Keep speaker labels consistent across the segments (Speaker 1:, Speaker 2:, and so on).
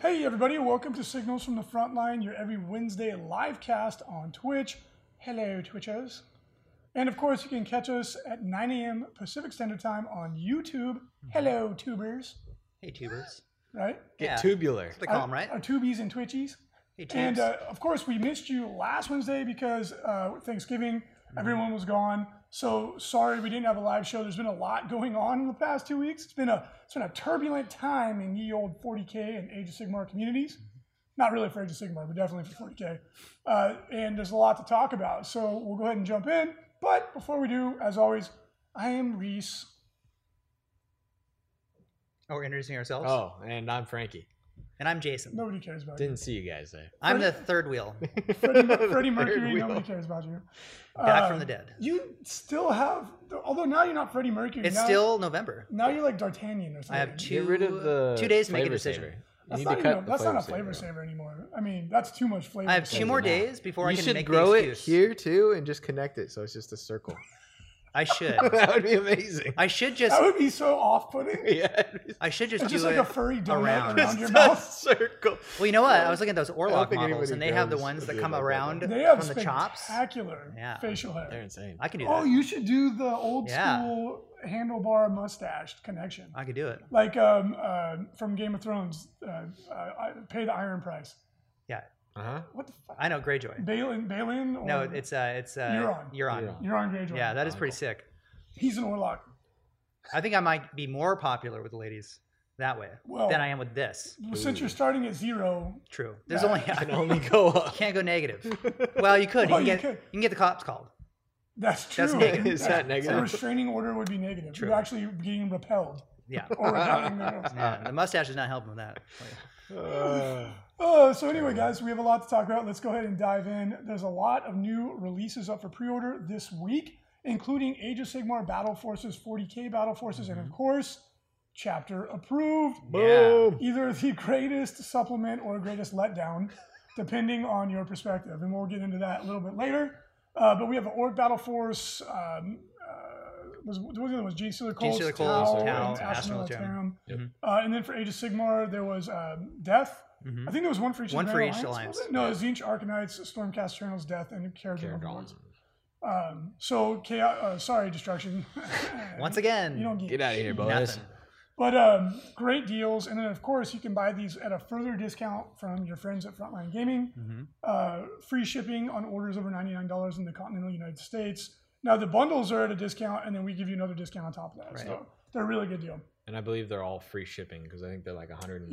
Speaker 1: Hey, everybody, welcome to Signals from the Frontline, your every Wednesday live cast on Twitch. Hello, Twitchers. And of course, you can catch us at 9 a.m. Pacific Standard Time on YouTube. Hello, tubers.
Speaker 2: Hey, tubers.
Speaker 1: Right?
Speaker 3: Get
Speaker 2: Yeah.
Speaker 3: tubular.
Speaker 2: They call 'em, right?
Speaker 1: Our tubies Uh, and twitchies.
Speaker 2: Hey, tubes.
Speaker 1: And uh, of course, we missed you last Wednesday because uh, Thanksgiving,
Speaker 2: Mm-hmm.
Speaker 1: everyone was gone. So sorry we didn't have a live show. There's been a lot going on in the past two weeks. It's been a it's been a turbulent time in ye old 40k and Age of Sigmar
Speaker 2: Mm-hmm.
Speaker 1: communities. Not really for Age of Sigmar, but definitely for 40k. Uh, and there's a lot to talk about. So we'll go ahead and jump in. But before we do, as always, I am Reese.
Speaker 2: oh, we're introducing ourselves.
Speaker 3: Oh, and I'm Frankie.
Speaker 2: And I'm Jason.
Speaker 1: Nobody cares about you.
Speaker 3: Didn't see you guys there.
Speaker 2: I'm the third wheel.
Speaker 1: Freddie, Freddie
Speaker 3: Third
Speaker 1: Mercury.
Speaker 3: wheel.
Speaker 1: Nobody cares about you.
Speaker 2: Back
Speaker 1: Uh,
Speaker 2: from the dead.
Speaker 1: You still have, although now you're not Freddie Mercury.
Speaker 2: It's
Speaker 1: now,
Speaker 2: still November.
Speaker 1: now you're like D'Artagnan or something.
Speaker 2: I have two,
Speaker 3: Get rid
Speaker 1: uh,
Speaker 3: of the
Speaker 2: two days to make a
Speaker 3: flavor
Speaker 2: decision.
Speaker 3: saver. You
Speaker 1: That's
Speaker 3: need
Speaker 1: not,
Speaker 3: to
Speaker 1: even
Speaker 3: cut
Speaker 1: a,
Speaker 3: the
Speaker 1: that's not a
Speaker 3: flavor
Speaker 1: flavor
Speaker 3: saver.
Speaker 1: saver anymore. I mean, that's too much flavor.
Speaker 2: I have two
Speaker 1: saver.
Speaker 2: more
Speaker 3: now.
Speaker 2: days before I
Speaker 3: You
Speaker 2: can
Speaker 3: should
Speaker 2: make
Speaker 3: grow
Speaker 2: the
Speaker 3: it
Speaker 2: excuse.
Speaker 3: here too, and just connect it so it's just a circle.
Speaker 2: I should.
Speaker 3: that would be amazing.
Speaker 2: I should just.
Speaker 1: That would be so off-putting.
Speaker 3: yeah, just,
Speaker 2: I should just
Speaker 1: It's
Speaker 2: do
Speaker 1: just
Speaker 2: it
Speaker 1: like a furry donut
Speaker 2: around.
Speaker 1: around, your
Speaker 3: a
Speaker 1: mouth.
Speaker 3: circle.
Speaker 2: Well, you know what? I was looking at those Orlok
Speaker 3: think
Speaker 2: models,
Speaker 3: anybody
Speaker 2: and they have the
Speaker 3: grows
Speaker 2: ones
Speaker 3: a
Speaker 2: that
Speaker 3: beard
Speaker 2: come
Speaker 3: like that,
Speaker 2: around
Speaker 3: though.
Speaker 1: They have
Speaker 2: from the chops.
Speaker 1: spectacular
Speaker 2: Yeah.
Speaker 1: facial
Speaker 3: They're
Speaker 1: hair.
Speaker 3: insane.
Speaker 2: I can do that.
Speaker 1: Oh, you should do the old
Speaker 2: Yeah.
Speaker 1: school handlebar mustache connection,
Speaker 2: I could do it.
Speaker 1: like um, uh, from Game of Thrones. Uh, uh, I- pay the iron price.
Speaker 3: Uh-huh.
Speaker 1: What the fuck?
Speaker 2: I know Greyjoy.
Speaker 1: Balin, Balin. Or
Speaker 2: No, it's uh, it's uh,
Speaker 1: Euron.
Speaker 2: Euron.
Speaker 3: Euron.
Speaker 1: Oh. You're on Greyjoy.
Speaker 2: Yeah, that is pretty
Speaker 3: Uncle.
Speaker 2: sick.
Speaker 1: He's an Orlok.
Speaker 2: I think I might be more popular with the ladies that way
Speaker 1: Well-
Speaker 2: than I am with this.
Speaker 1: Well, Since
Speaker 3: Ooh.
Speaker 1: you're starting at zero,
Speaker 2: True. There's
Speaker 1: Yeah.
Speaker 2: only
Speaker 3: I can only go up.
Speaker 2: can't go negative. Well, you could.
Speaker 1: Well,
Speaker 2: you, can
Speaker 1: you
Speaker 2: get,
Speaker 1: could.
Speaker 2: you can get the cops called.
Speaker 1: that's true.
Speaker 2: That's negative.
Speaker 3: Is that
Speaker 1: A
Speaker 3: negative?
Speaker 1: restraining order would be negative.
Speaker 2: True.
Speaker 1: You're actually being repelled.
Speaker 2: Yeah.
Speaker 1: Or repelling the rules.
Speaker 2: Yeah, the mustache is not helping with that.
Speaker 3: Uh,
Speaker 1: Uh, so anyway, guys, we have a lot to talk about. Let's go ahead and dive in. There's a lot of new releases up for pre-order this week, including Age of Sigmar Battle Forces, 40k Battle Forces, and of course, Chapter Approved.
Speaker 3: boom.
Speaker 1: Either the greatest supplement or greatest letdown, depending on your perspective, and we'll get into that a little bit later. Uh, but we have the Orc Battle Force. Um, uh, was what was the other one? was G. Silicol,
Speaker 2: Silicol,
Speaker 1: Tau,
Speaker 3: Tau,
Speaker 1: and
Speaker 2: Astronautum.
Speaker 1: Astronautum.
Speaker 3: Yep.
Speaker 1: Uh, and then for Age of Sigmar, there was um, Death.
Speaker 2: Mhm.
Speaker 1: I think there was one for each.
Speaker 2: One
Speaker 1: of the
Speaker 2: for
Speaker 1: Grand
Speaker 2: each alliance.
Speaker 1: was it? No, it was each Arcanites, Stormcast Eternals, Death, and Caradon.
Speaker 3: Caradon.
Speaker 1: Um, so, chaos, uh, sorry, destruction.
Speaker 2: Once again,
Speaker 1: you don't get
Speaker 3: Get out of here, boys.
Speaker 2: nothing.
Speaker 1: but um, great deals, and then of course you can buy these at a further discount from your friends at Frontline Gaming.
Speaker 2: Mhm.
Speaker 1: Uh, free shipping on orders over ninety-nine dollars in the continental United States. Now the bundles are at a discount, and then we give you another discount on top of that.
Speaker 2: Right.
Speaker 1: So they're a really good deal.
Speaker 3: And I believe they're all free shipping because I think they're like 130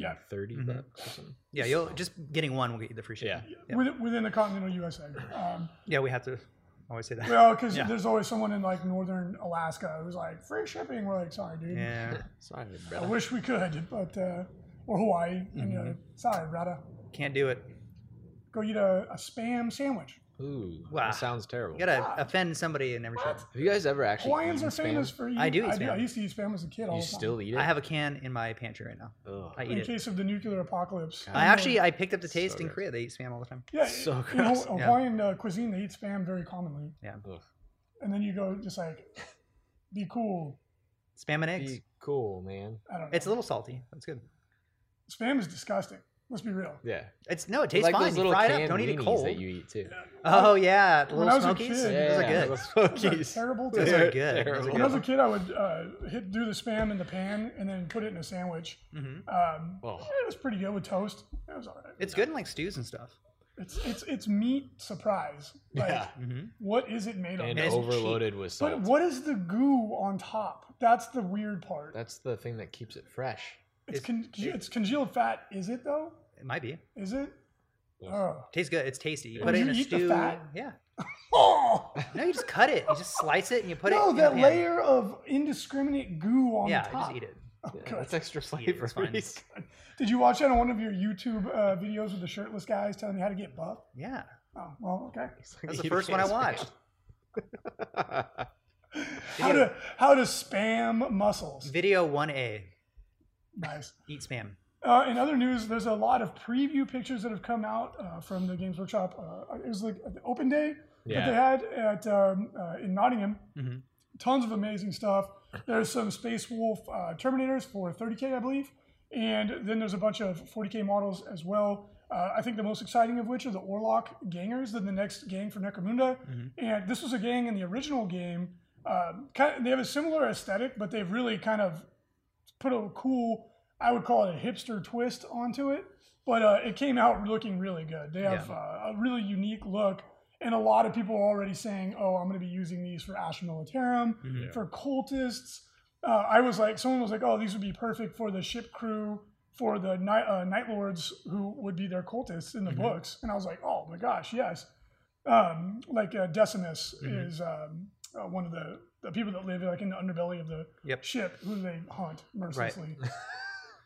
Speaker 2: Mhm.
Speaker 1: Mm-hmm.
Speaker 3: bucks or something.
Speaker 2: Yeah, you'll just getting one will get you the free shit.
Speaker 3: Yeah.
Speaker 2: Yeah.
Speaker 1: Within, within the continental USA. Um,
Speaker 2: Yeah, we have to always say that.
Speaker 1: well, because
Speaker 2: Yeah.
Speaker 1: there's always someone in like northern Alaska who's like free shipping. We're like, sorry, dude.
Speaker 2: yeah.
Speaker 3: Sorry,
Speaker 1: I
Speaker 3: brother.
Speaker 1: wish we could, but uh, or Hawaii. And, uh,
Speaker 2: Mm-hmm.
Speaker 1: sorry, brother.
Speaker 2: Can't do it.
Speaker 1: Go eat a, a spam sandwich.
Speaker 3: Ooh,
Speaker 2: Wow.
Speaker 3: that sounds terrible.
Speaker 2: You gotta offend somebody and every show.
Speaker 3: Have you guys ever actually?
Speaker 1: Hawaiians
Speaker 3: eaten
Speaker 1: are
Speaker 3: spam?
Speaker 1: famous for eating.
Speaker 2: I do eat
Speaker 1: I,
Speaker 2: spam.
Speaker 1: I used to eat spam as a kid. All
Speaker 3: You
Speaker 1: the time.
Speaker 3: still eat it?
Speaker 2: I have a can in my pantry right now.
Speaker 3: Ugh.
Speaker 2: I
Speaker 1: in
Speaker 2: eat it.
Speaker 1: case of the nuclear apocalypse. uh,
Speaker 2: I actually I picked up the taste in
Speaker 3: gross.
Speaker 2: Korea. They eat spam all the time.
Speaker 1: yeah,
Speaker 3: so
Speaker 1: in
Speaker 3: gross.
Speaker 1: Haw-
Speaker 2: Yeah.
Speaker 1: Hawaiian uh, cuisine they eat spam very commonly,
Speaker 3: Ugh.
Speaker 1: and then you go just like, be cool.
Speaker 2: Spam and eggs.
Speaker 3: Be cool, man.
Speaker 1: I don't know.
Speaker 2: It's a little salty. That's good.
Speaker 1: spam is disgusting. Let's be real.
Speaker 3: Yeah.
Speaker 2: It's no, it tastes
Speaker 3: like
Speaker 2: fine.
Speaker 3: those
Speaker 2: You
Speaker 3: little
Speaker 2: fry it
Speaker 3: canned
Speaker 2: up. Don't eat it
Speaker 3: weenies
Speaker 2: cold.
Speaker 3: that you eat too.
Speaker 2: Oh yeah, the
Speaker 1: When
Speaker 2: little
Speaker 1: I was a
Speaker 2: smokies.
Speaker 1: kid-
Speaker 2: Those are
Speaker 3: Yeah,
Speaker 2: good.
Speaker 3: those
Speaker 1: Those are
Speaker 3: smokies.
Speaker 1: terrible.
Speaker 2: Those
Speaker 1: taste.
Speaker 2: are good.
Speaker 3: They're
Speaker 2: Those are
Speaker 1: When I was a
Speaker 2: good.
Speaker 1: kid, I would uh, hit do the spam in the pan and then put it in a sandwich.
Speaker 2: hmm
Speaker 1: Um,
Speaker 3: Oh.
Speaker 1: It was pretty good with toast. It was all right.
Speaker 2: It's good in like stews and stuff.
Speaker 1: It's it's it's meat surprise. Like,
Speaker 3: Yeah.
Speaker 2: hmm
Speaker 1: What is it made of?
Speaker 3: And
Speaker 2: it's cheap.
Speaker 3: overloaded with
Speaker 1: But
Speaker 3: salt.
Speaker 1: what is the goo on top? That's the weird part.
Speaker 3: That's the thing that keeps it fresh.
Speaker 1: it's,
Speaker 2: it's-
Speaker 1: con- it's congealed fat. Is it though?
Speaker 2: It might be.
Speaker 1: Is it?
Speaker 3: Yes.
Speaker 1: Oh.
Speaker 2: Tastes good. It's tasty. You
Speaker 3: Yeah.
Speaker 2: put it
Speaker 1: Would
Speaker 2: in a
Speaker 1: you eat the
Speaker 2: stew.
Speaker 1: fat?
Speaker 2: Yeah.
Speaker 1: Oh!
Speaker 2: No, you just cut it. You just slice it and you put it.
Speaker 1: no,
Speaker 2: in a
Speaker 1: that
Speaker 2: pan.
Speaker 1: layer of indiscriminate goo on
Speaker 2: Yeah, you
Speaker 1: top.
Speaker 2: just eat it.
Speaker 3: Yeah,
Speaker 1: good.
Speaker 3: that's extra
Speaker 2: Yeah,
Speaker 3: flavor.
Speaker 2: it's fine.
Speaker 1: Did you watch that on one of your YouTube uh, videos with the shirtless guys telling you how to get buff?
Speaker 2: Yeah.
Speaker 1: Oh, well, okay.
Speaker 2: That's the first one I watched.
Speaker 1: How to how to spam muscles.
Speaker 2: Video 1A.
Speaker 1: Nice.
Speaker 2: Eat spam.
Speaker 1: Uh, in other news, there's a lot of preview pictures that have come out uh, from the Games Workshop. Uh, it was like the open day that they
Speaker 3: yeah.
Speaker 1: had at um, uh, in Nottingham.
Speaker 2: Mhm.
Speaker 1: Tons of amazing stuff. There's some Space Wolf uh, Terminators for 30k, I believe, and then there's a bunch of 40k models as well. Uh, I think the most exciting of which are the Orlok Gangers, then the next gang for Necromunda.
Speaker 2: Mhm.
Speaker 1: And this was a gang in the original game. Um kind they have a similar aesthetic, but they've really kind of put a cool, I would call it a hipster twist onto it. But uh, it came out looking really good. They have
Speaker 2: Yeah.
Speaker 1: uh, a really unique look, and a lot of people are already saying, "Oh, I'm going to be using these for Astra Militarum,
Speaker 2: Mhm.
Speaker 1: for cultists." Uh, I was like, someone was like, "Oh, these would be perfect for the ship crew." For the night, uh, night lords who would be their cultists in the
Speaker 2: Mhm.
Speaker 1: books, and I was like, "Oh my gosh, yes!" um, like uh, Decimus
Speaker 2: Mhm.
Speaker 1: is um, uh, one of the, the people that live like in the underbelly of the
Speaker 2: Yep.
Speaker 1: ship who they hunt mercilessly.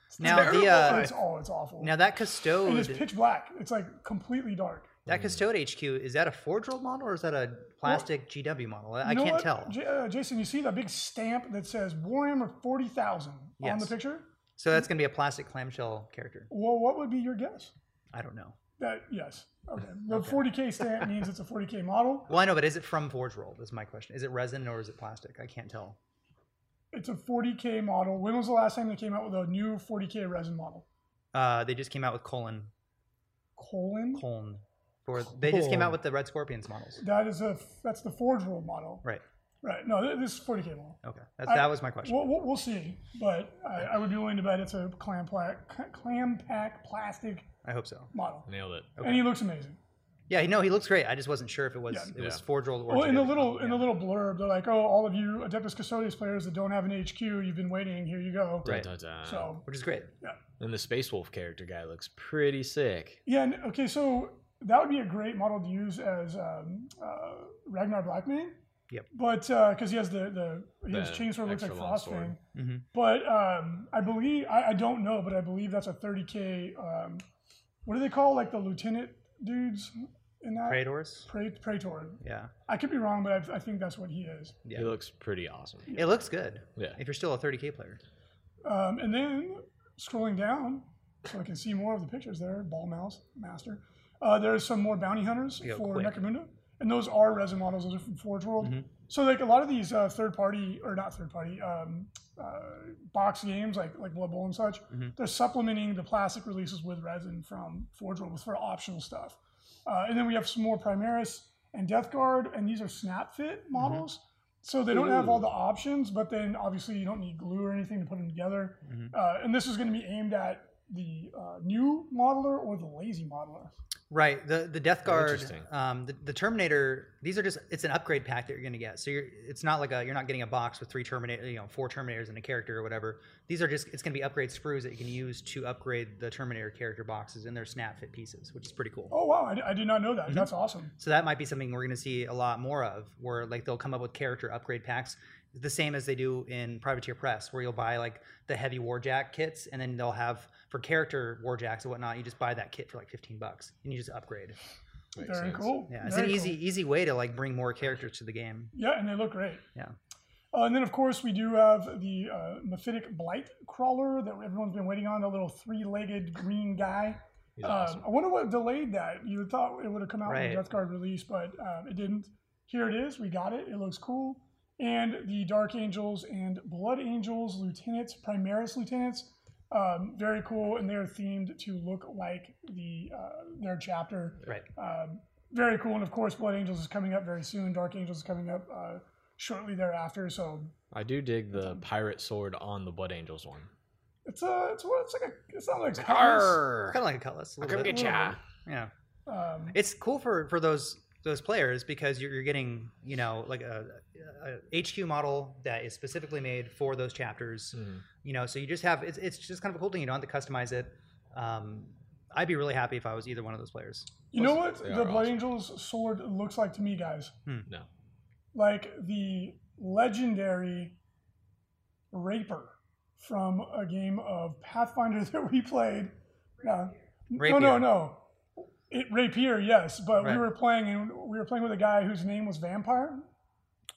Speaker 1: It's
Speaker 2: Now the,
Speaker 1: terrible,
Speaker 2: uh,
Speaker 1: but it's oh, it's awful.
Speaker 2: Now that
Speaker 1: and it's
Speaker 2: custode,
Speaker 1: pitch black. It's like completely dark.
Speaker 2: that custode HQ, is that a forge roll model or is that a plastic GW model? I I
Speaker 1: You know
Speaker 2: can't
Speaker 1: what,
Speaker 2: tell.
Speaker 1: J- uh, Jason, you see that big stamp that says Warhammer forty thousand on the
Speaker 2: Yes.
Speaker 1: picture?
Speaker 2: So that's going to be a plastic clamshell character.
Speaker 1: Well, what would be your guess?
Speaker 2: I don't know.
Speaker 1: That yes, okay. The forty k stamp means it's a forty k model.
Speaker 2: Well, I know, but is it from forge roll? Is my question. Is it resin or is it plastic? I can't tell.
Speaker 1: It's a forty k model. When was the last time they came out with a new forty k resin model?
Speaker 2: Uh, they just came out with colon
Speaker 1: Colon.
Speaker 2: colon. For, they just came
Speaker 3: Colon.
Speaker 2: out with the red scorpions models.
Speaker 1: That is a that's the forge roll model.
Speaker 2: Right.
Speaker 1: Right. No, th- this is 40k model.
Speaker 2: Okay. That's, that was my question.
Speaker 1: We'll, we'll, we'll see, but I, I would be willing to bet it's a clam pack, clam pack plastic
Speaker 2: I hope so.
Speaker 1: model,
Speaker 3: Nailed it.
Speaker 1: and he looks amazing.
Speaker 2: Yeah, no, he looks great. I just wasn't sure if it was
Speaker 1: Yeah.
Speaker 2: it was
Speaker 3: Yeah.
Speaker 2: forge roll or.
Speaker 1: Well, in the
Speaker 2: GW.
Speaker 1: little in the
Speaker 2: Yeah.
Speaker 1: little blurb, they're like, "Oh, all of you Adeptus Custodius players that don't have an HQ, you've been waiting. Here you go."
Speaker 2: Right.
Speaker 3: Dun, dun, dun.
Speaker 1: So
Speaker 2: which is great.
Speaker 3: And the Space Wolf character guy looks pretty sick.
Speaker 1: yeah, and, okay, so that would be a great model to use as um, uh, Ragnar Blackmane.
Speaker 2: Yep.
Speaker 1: But because he has the the his
Speaker 3: The
Speaker 1: chainsword looks
Speaker 3: extra
Speaker 1: like
Speaker 3: long
Speaker 1: Frostfang.
Speaker 3: sword.
Speaker 2: Mhm.
Speaker 1: But um, I believe I, I don't know, but I believe that's a 30k. Um, what do they call like the lieutenant dudes in that?
Speaker 2: Praetors.
Speaker 1: Pra- Praetor.
Speaker 2: Yeah.
Speaker 1: I could be wrong, but I, I think that's what he is.
Speaker 2: Yeah.
Speaker 3: He looks pretty awesome.
Speaker 2: It looks good.
Speaker 3: Yeah.
Speaker 2: If you're still a 30k player.
Speaker 1: Um, and then scrolling down, so I can see more of the pictures there. Ball mouse master. Uh, there's some more bounty hunters
Speaker 2: Yeah,
Speaker 1: for
Speaker 2: quick.
Speaker 1: Necromunda, and those are resin models. Those are from Forge World.
Speaker 2: Mhm.
Speaker 1: So like a lot of these uh, third party or not third party um, uh, box games like like Blood Bowl and such,
Speaker 3: Mm-hmm.
Speaker 2: Mhm.
Speaker 1: they're supplementing the plastic releases with resin from Forge World for optional stuff. Uh, and then we have some more Primaris and Death Guard, and these are snap fit
Speaker 3: Mm-hmm.
Speaker 1: models. So they don't have all the options, but then obviously you don't need glue or anything to put them together.
Speaker 2: Mhm.
Speaker 3: Mm-hmm.
Speaker 1: Uh, and this is going to be aimed at the uh, new modeler or the lazy modeler.
Speaker 2: Right. The the Death Guard,
Speaker 3: interesting.
Speaker 2: um, the, the Terminator. These are just it's an upgrade pack that you're going to get. So you're it's not like a you're not getting a box with three Terminator, you know, four Terminators and a character or whatever. These are just it's going to be upgrade sprues that you can use to upgrade the Terminator character boxes and their snap fit pieces, which is pretty cool.
Speaker 1: Oh wow, I, di- I did not know
Speaker 3: Mm-hmm.
Speaker 1: that. That's awesome.
Speaker 2: So that might be something we're going to see a lot more of, where like they'll come up with character upgrade packs, the same as they do in Privateer Press, where you'll buy like the heavy Warjack kits, and then they'll have for character Warjacks and whatnot. You just buy that kit for like fifteen bucks, and you just upgrade.
Speaker 3: Makes
Speaker 1: Very
Speaker 3: sense.
Speaker 1: cool.
Speaker 2: Yeah, it's
Speaker 1: Very
Speaker 2: an
Speaker 1: cool.
Speaker 2: easy easy way to like bring more characters to the game.
Speaker 1: Yeah, and they look great.
Speaker 2: Yeah.
Speaker 1: Uh, and then, of course, we do have the uh, Mephitic Blight Crawler that everyone's been waiting on, the little three legged green guy.
Speaker 3: He's
Speaker 1: Um,
Speaker 3: awesome.
Speaker 1: I wonder what delayed that. You thought it would have come out with
Speaker 2: Right.
Speaker 1: the Death Guard release, but um, it didn't. Here it is. We got it. It looks cool. And the Dark Angels and Blood Angels lieutenants, Primaris lieutenants, um, very cool. And they're themed to look like the uh, their chapter
Speaker 2: Right.
Speaker 1: um, very cool. And of course, Blood Angels is coming up very soon. Dark Angels is coming up uh, shortly thereafter. So
Speaker 3: I do dig the pirate sword on the Blood Angels one.
Speaker 1: it's a it's what it's like a it's not like a compass.
Speaker 3: Arr!
Speaker 2: Kind of like a cutlass. A
Speaker 3: I'll
Speaker 2: little
Speaker 3: come
Speaker 2: bit.
Speaker 3: get ya.
Speaker 2: Yeah.
Speaker 1: Um,
Speaker 2: It's cool for for those those players because you're, you're getting you know like a, a HQ model that is specifically made for those chapters.
Speaker 3: Mhm.
Speaker 2: you know so you just have it's, it's just kind of a cool thing you don't have to customize it um, i'd be really happy if i was either one of those players
Speaker 1: you know what
Speaker 3: They
Speaker 1: the
Speaker 3: are
Speaker 1: Blood
Speaker 3: awesome. Hmm.
Speaker 1: Angels sword looks like to me, guys?
Speaker 3: No.
Speaker 1: Like the legendary Raper from a game of Pathfinder that we played. No, no,
Speaker 2: Rapier.
Speaker 1: no, no. It, Rapier, yes, but
Speaker 2: Right.
Speaker 1: we were playing and we were playing with a guy whose name was Vampire.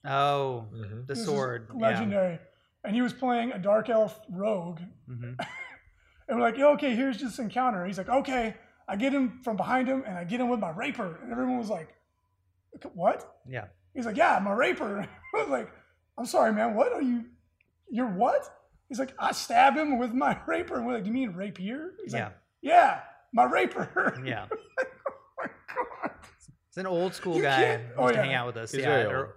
Speaker 2: Oh,
Speaker 3: Mhm.
Speaker 2: the
Speaker 1: This is
Speaker 2: sword.
Speaker 1: legendary, and he was playing a dark elf rogue,
Speaker 2: Yeah. hmm
Speaker 1: and we're like, "Yeah, okay, here's this encounter. He's like, okay, I get him from behind him and I get him with my rapier, and everyone was like, what?
Speaker 2: Yeah.
Speaker 1: He's like, yeah, my rapier. I was like, I'm sorry, man. What are you? You're what? He's like, I stab him with my rapier. And we're like, do you mean rapier? He's
Speaker 2: Yeah.
Speaker 1: like, yeah, my rapier.
Speaker 2: Yeah.
Speaker 1: oh my God.
Speaker 2: It's an old school
Speaker 1: You
Speaker 2: guy
Speaker 1: can't-
Speaker 2: who used
Speaker 1: oh,
Speaker 2: to
Speaker 1: yeah.
Speaker 2: hang out with us.
Speaker 3: He's
Speaker 2: yeah.
Speaker 3: very
Speaker 2: they're-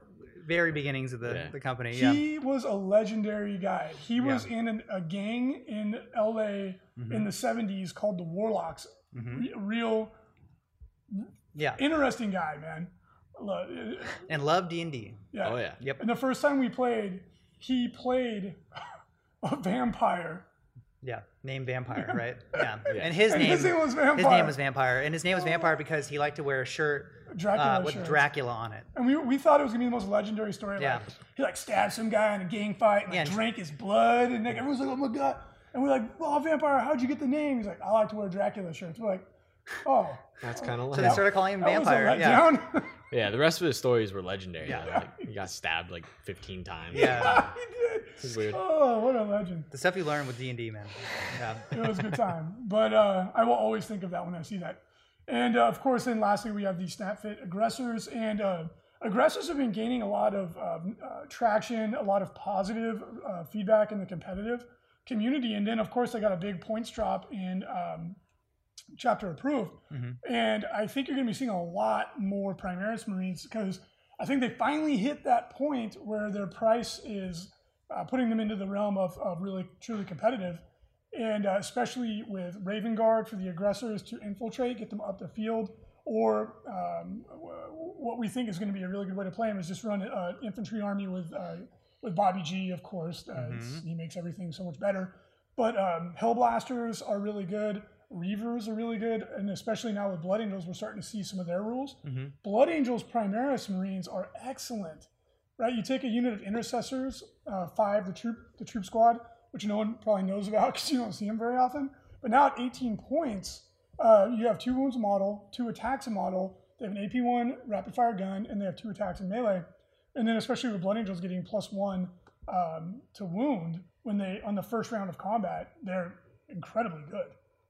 Speaker 2: very beginnings of the,
Speaker 3: Yeah.
Speaker 2: the company. Yeah.
Speaker 1: He was a legendary guy. He
Speaker 2: Yeah.
Speaker 1: was in an, a gang in L.A.
Speaker 2: Mm-hmm.
Speaker 1: in the '70s called the Warlocks.
Speaker 2: hmm
Speaker 1: Re- real
Speaker 2: Yeah.
Speaker 1: interesting guy, man. Look, uh,
Speaker 2: And love D and D.
Speaker 1: Yeah.
Speaker 3: Oh yeah.
Speaker 2: Yep.
Speaker 1: And the first time we played, he played a vampire.
Speaker 2: Yeah. Name vampire, right? Yeah. And his
Speaker 1: and
Speaker 2: name
Speaker 1: his name was vampire. Oh.
Speaker 2: his name was vampire. And his name was vampire because he liked to wear a shirt
Speaker 1: Dracula.
Speaker 2: uh, with
Speaker 1: shirt.
Speaker 2: Dracula on it.
Speaker 1: and we, we thought it was gonna be the most legendary story.
Speaker 2: Yeah.
Speaker 1: Like, he like stabbed some guy in a gang fight and like,
Speaker 2: Yeah, and-
Speaker 1: drank his blood and like everyone's like, oh my god. And we're like, oh vampire, how'd you get the name? He's like, I like to wear Dracula shirts. We're like, oh,
Speaker 3: That's kind of
Speaker 2: So
Speaker 3: like
Speaker 2: they started calling him
Speaker 1: that was a
Speaker 2: vampire. Yeah.
Speaker 1: letdown.
Speaker 3: yeah. The rest of his stories were legendary.
Speaker 2: Yeah.
Speaker 3: though. Like, he got stabbed like 15 times.
Speaker 2: Yeah.
Speaker 1: he did.
Speaker 3: It's weird.
Speaker 1: Oh, what a legend.
Speaker 2: The stuff you learn with D and D, man. Yeah.
Speaker 1: it was a good time. But uh, I will always think of that when I see that. And uh, of course, then lastly, we have the SnapFit aggressors. And uh, aggressors have been gaining a lot of um, uh, traction, a lot of positive uh, feedback in the competitive community. And then, of course, they got a big points drop in um, chapter approved.
Speaker 2: Mhm.
Speaker 1: And I think you're going to be seeing a lot more Primaris Marines because I think they finally hit that point where their price is uh, putting them into the realm of, of really truly competitive and uh, especially with Raven Guard for the aggressors to infiltrate, get them up the field, or um, wh- what we think is going to be a really good way to play them is just run an uh, infantry army with uh, with Bobby G, of course. Uh, it's- He makes everything so much better. But um, Hellblasters are really good. Reavers are really good, and especially now with Blood Angels, we're starting to see some of their rules.
Speaker 2: Mhm.
Speaker 1: Blood Angels Primaris Marines are excellent, right? You take a unit of intercessors, uh, five the troop the troop squad, which no one probably knows about because you don't see them very often. But now at 18 points, uh, you have two wounds a model, two attacks a model. They have an AP one rapid fire gun, and they have two attacks in melee. And then especially with Blood Angels getting plus one um, to wound when they on the first round of combat, they're incredibly good.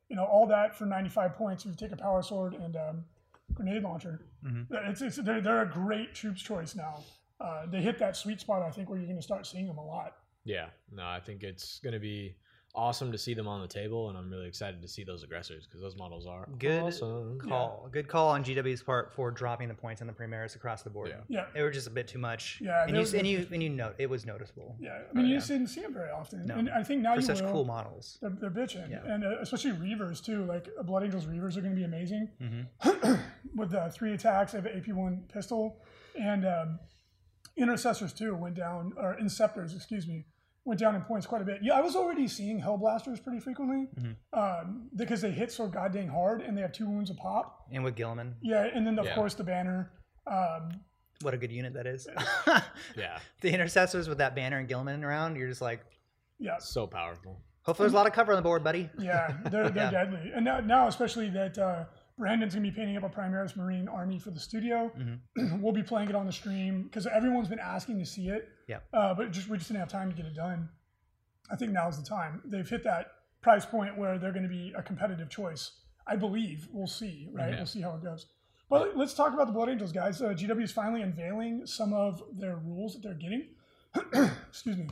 Speaker 1: You know, all that for 95 points. You take a power sword and um, grenade launcher.
Speaker 2: Mhm.
Speaker 1: It's, it's, they're, they're a great troops choice now. Uh, they hit that sweet spot, I think, where you're going to start seeing them a lot.
Speaker 3: Yeah. No, I think it's gonna be awesome to see them on the table, and I'm really excited to see those aggressors because those models are
Speaker 2: Good
Speaker 3: awesome.
Speaker 2: Call. Good call on GW's part for dropping the points on the Primaris across the board.
Speaker 3: Yeah.
Speaker 1: Yeah.
Speaker 2: They were just a bit too much.
Speaker 1: Yeah,
Speaker 2: And
Speaker 1: they
Speaker 2: you,
Speaker 1: were
Speaker 2: s- and you and you note it was noticeable
Speaker 1: Yeah, I mean,
Speaker 2: Right,
Speaker 1: you
Speaker 2: yeah.
Speaker 1: just didn't see them very often,
Speaker 2: No.
Speaker 1: and I think now
Speaker 2: for
Speaker 1: you
Speaker 2: such
Speaker 1: will.
Speaker 2: cool models.
Speaker 1: They're, they're bitching,
Speaker 2: Yeah.
Speaker 1: and uh, especially Reavers too. Like uh, Blood Angels Reavers are going to be amazing
Speaker 2: hmm
Speaker 1: with the three attacks. They have an AP one pistol, and um, Intercessors too went down, or Inceptors, excuse me, went down in points quite a bit. Yeah, I was already seeing Hellblasters pretty frequently
Speaker 2: Mhm.
Speaker 1: um, because they hit so goddamn hard, and they have two wounds a pop.
Speaker 2: And with Gilliman,
Speaker 1: Yeah, and then of
Speaker 3: Yeah.
Speaker 1: course the banner. Um,
Speaker 2: what a good unit that is.
Speaker 3: Yeah.
Speaker 2: the intercessors with that banner and Gilliman around, you're just like,
Speaker 1: yeah,
Speaker 3: So powerful.
Speaker 2: hopefully there's a lot of cover on the board, buddy.
Speaker 1: Yeah, they're, they're
Speaker 2: Yeah.
Speaker 1: deadly. And now, now especially that uh, Brandon's going to be painting up a Primaris Marine army for the studio.
Speaker 2: Mm-hmm.
Speaker 1: we'll be playing it on the stream because everyone's been asking to see it.
Speaker 2: Yeah.
Speaker 1: Uh, but just we just didn't have time to get it done. I think now's the time. They've hit that price point where they're going to be a competitive choice. I believe. We'll see, right?
Speaker 3: Yeah.
Speaker 1: We'll see how it goes. But let's talk about the Blood Angels, guys. Uh, GW is finally unveiling some of their rules that they're getting. Excuse me.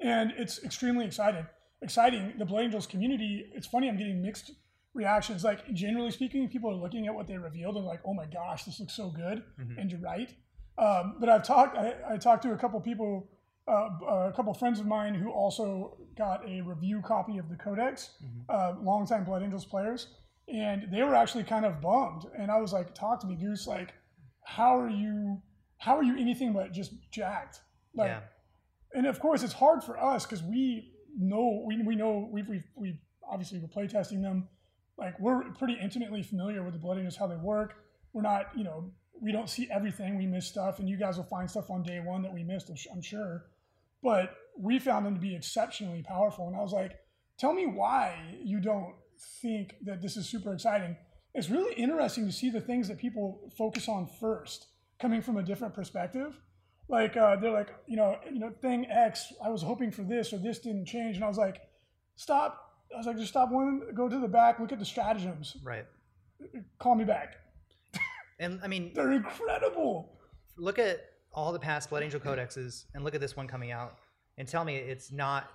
Speaker 1: And it's extremely exciting. Exciting. The Blood Angels community, it's funny, I'm getting mixed reactions. Like, generally speaking, people are looking at what they revealed and like, oh my gosh, this looks so good.
Speaker 2: Mhm.
Speaker 1: And you're right. Um, but I've talked, I, I talked to a couple people, uh, a couple friends of mine who also got a review copy of the Codex,
Speaker 2: Mhm.
Speaker 1: uh, longtime Blood Angels players, and they were actually kind of bummed. And I was like, talk to me, Goose. Like, how are you? How are you anything but just jacked? Like,
Speaker 2: yeah.
Speaker 1: and of course it's hard for us because we know we, we know we've, we've we obviously we're playtesting them like we're pretty intimately familiar with the blood angels how they work we're not you know we don't see everything we miss stuff and you guys will find stuff on day one that we missed i'm su- I'm sure but we found them to be exceptionally powerful. And I was like, tell me why you don't think that this is super exciting. It's really interesting to see the things that people focus on first coming from a different perspective. Like uh, they're like, you know, you know, thing X. I was hoping for this, or this didn't change, and I was like, stop. I was like, just stop one, go to the back, look at the stratagems,
Speaker 2: right.
Speaker 1: call me back.
Speaker 2: And I mean,
Speaker 1: They're incredible.
Speaker 2: look at all the past Blood Angel codexes and look at this one coming out and tell me it's not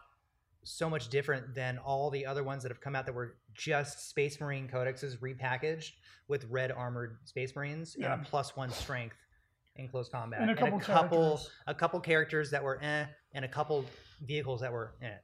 Speaker 2: so much different than all the other ones that have come out that were just Space Marine codexes repackaged with red armored Space Marines and
Speaker 1: Yeah.
Speaker 2: a plus one strength in close combat
Speaker 1: And a couple
Speaker 2: a couple,
Speaker 1: characters.
Speaker 2: a couple characters that were eh and a couple vehicles that were eh.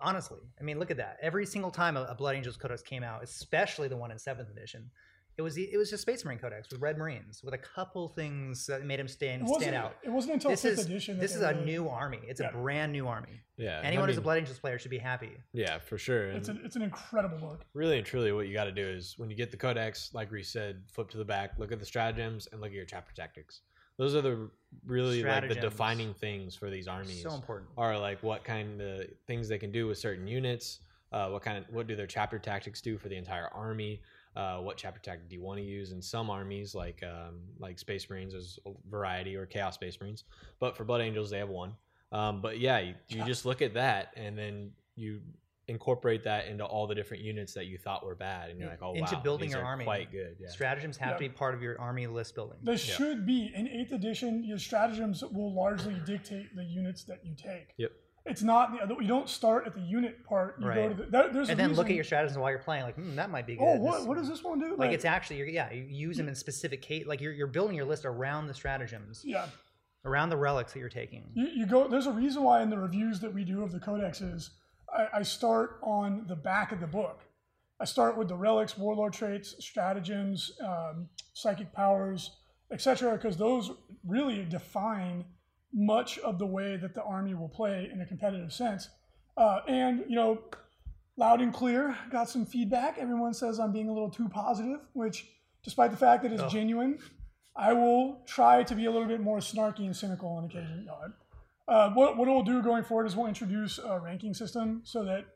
Speaker 2: Honestly, I mean, look at that. Every single time a, a Blood Angels codex came out, especially the one in seventh edition, it was the, it was just Space Marine Codex with Red Marines with a couple things that made him
Speaker 1: It
Speaker 2: stand
Speaker 1: wasn't.
Speaker 2: stand out.
Speaker 1: It wasn't until
Speaker 2: This
Speaker 1: fifth
Speaker 2: is
Speaker 1: edition. that
Speaker 2: this
Speaker 1: they
Speaker 2: is a
Speaker 1: really-
Speaker 2: new army. It's
Speaker 1: Yeah.
Speaker 2: a brand new army.
Speaker 3: Yeah. and I
Speaker 2: Anyone who's a
Speaker 3: mean,
Speaker 2: Blood Angels player should be happy.
Speaker 3: Yeah, for sure.
Speaker 1: It's,
Speaker 3: and-
Speaker 1: a, it's an incredible book.
Speaker 3: really and truly what you got to do is when you get the codex like we said flip to the back look at the stratagems and look at your chapter tactics those are the really like
Speaker 2: Stratagems.
Speaker 3: the defining things for these armies
Speaker 2: So important.
Speaker 3: are like what kind of things they can do with certain units uh, what kind of what do their chapter tactics do for the entire army uh, what chapter tactic do you want to use in some armies like um, like space marines there's a variety or chaos space marines but for blood angels they have one um, but yeah you, you
Speaker 1: Yeah.
Speaker 3: just look at that and then you incorporate that into all the different units that you thought were bad and you're like oh
Speaker 2: Into
Speaker 3: wow
Speaker 2: building
Speaker 3: these
Speaker 2: your
Speaker 3: are
Speaker 2: army.
Speaker 3: quite good yeah
Speaker 2: Stratagems have to
Speaker 1: Yeah.
Speaker 2: be part of your army list building.
Speaker 1: They should be in eighth edition. Your stratagems will largely dictate the units that you take.
Speaker 3: Yep.
Speaker 1: It's not the other. You don't start at the unit part. You go
Speaker 2: Right.
Speaker 1: to the. That, there's a
Speaker 2: and then look at
Speaker 1: reason-
Speaker 2: your stratagems while you're playing. Like, hmm, that might be good.
Speaker 1: Oh, what
Speaker 2: This-
Speaker 1: what does this one do?
Speaker 2: Like, it's actually, you're, yeah, you use them in specific case. Like, you're, you're building your list around the stratagems,
Speaker 1: yeah.
Speaker 2: around the relics that you're taking.
Speaker 1: You, you go. There's a reason why in the reviews that we do of the codexes, I, I start on the back of the book. I start with the relics, warlord traits, stratagems, um, psychic powers, etc., because those really define much of the way that the army will play in a competitive sense. Uh, and you know, loud and clear, got some feedback. Everyone says I'm being a little too positive, which, despite the fact that it's
Speaker 2: Oh.
Speaker 1: genuine, I will try to be a little bit more snarky and cynical on occasion. No, I- uh, what what we'll do going forward is we'll introduce a ranking system so that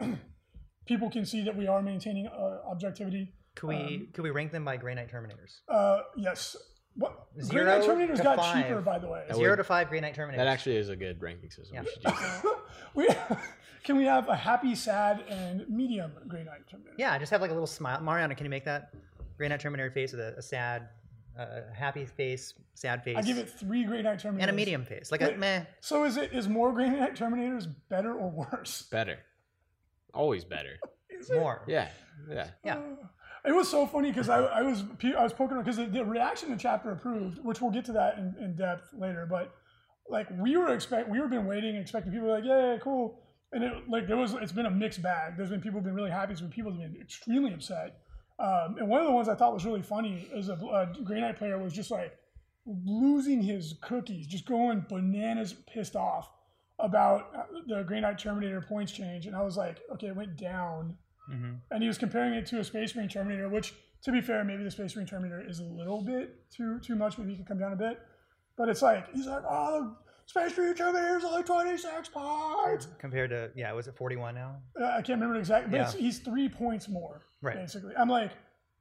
Speaker 1: people can see that we are maintaining uh, objectivity.
Speaker 2: Could we
Speaker 1: Um,
Speaker 2: could we rank them by Grey Knight Terminators?
Speaker 1: Uh, yes. What?
Speaker 2: Zero
Speaker 1: Green Knight Terminators
Speaker 2: to
Speaker 1: got
Speaker 2: five.
Speaker 1: cheaper, by the way.
Speaker 3: That
Speaker 2: Zero
Speaker 3: would-
Speaker 2: to five Grey Knight Terminators.
Speaker 3: that actually is a good ranking system
Speaker 2: Yeah.
Speaker 3: we should do that.
Speaker 1: we can we have a happy, sad, and medium Grey Knight Terminator?
Speaker 2: Yeah, just have like a little smile. Mariana, can you make that Grey Knight Terminator face with a, a sad, uh, happy face, sad face,
Speaker 1: I give it three Grey Knight Terminators
Speaker 2: and a medium face, like a
Speaker 1: Wait.
Speaker 2: meh.
Speaker 1: So is it is more Grey Knight Terminators better or worse?
Speaker 3: better always better
Speaker 1: Is it?
Speaker 2: More.
Speaker 3: yeah yeah
Speaker 2: Yeah.
Speaker 1: It was so funny because I, I was pe- I was poking because the, the reaction to chapter approved, which we'll get to that in, in depth later. But like we were expect we were been waiting, expecting people like yeah, yeah cool, and it like there was it's been a mixed bag. There's been people who've been really happy, there's been people who've been extremely upset. Um, and one of the ones I thought was really funny is a, a Grey Knight player was just like losing his cookies, just going bananas, pissed off about uh, the Grey Knight Terminator points change, and I was like, okay, it went down
Speaker 2: hmm
Speaker 1: and he was comparing it to a Space Marine Terminator, which, to be fair, maybe the Space Marine Terminator is a little bit too too much. Maybe he could come down a bit, but it's like he's like, oh, the Space Marine Terminator is only twenty six points.
Speaker 2: Compared to yeah, was it forty one now?
Speaker 1: Uh, I can't remember exactly, but it's, he's three points more
Speaker 2: Right.
Speaker 1: basically. I'm like,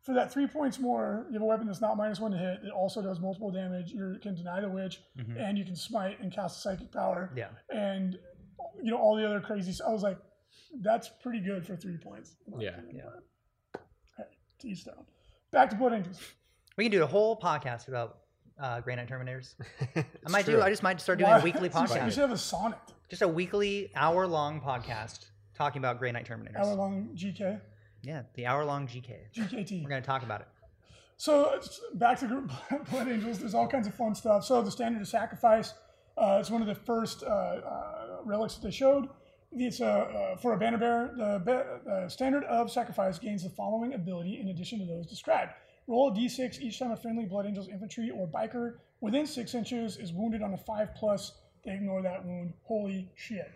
Speaker 1: for that three points more, you have a weapon that's not minus one to hit. It also does multiple damage. You can deny the witch,
Speaker 2: Mhm.
Speaker 1: and you can smite and cast a psychic power,
Speaker 2: Yeah.
Speaker 1: and you know all the other crazy. s- I was like, that's pretty good for three points.
Speaker 3: Yeah.
Speaker 2: Yeah.
Speaker 1: to each their own. Back to Blood Angels.
Speaker 2: We can do a whole podcast about uh, Grey Knight Terminators. I
Speaker 3: It's
Speaker 2: might
Speaker 3: true.
Speaker 2: do. I just might start doing
Speaker 1: Why-
Speaker 2: a weekly
Speaker 1: We
Speaker 2: podcast,
Speaker 1: should have a sonnet.
Speaker 2: just a weekly hour long podcast talking about Grey Knight Terminators.
Speaker 1: Hour long GK.
Speaker 2: Yeah, the hour long GK. We're
Speaker 1: GKT.
Speaker 2: gonna talk about it.
Speaker 1: So it's- back to group Blood Angels. There's all kinds of fun stuff. So the standard of sacrifice. Uh, it's one of the first uh, uh, relics that they showed. It's uh, uh, for a banner bearer. The ba- uh, standard of sacrifice gains the following ability in addition to those described. Roll a d6 each time a friendly Blood Angels infantry or biker within six inches is wounded on a five plus. They ignore that wound. Holy shit!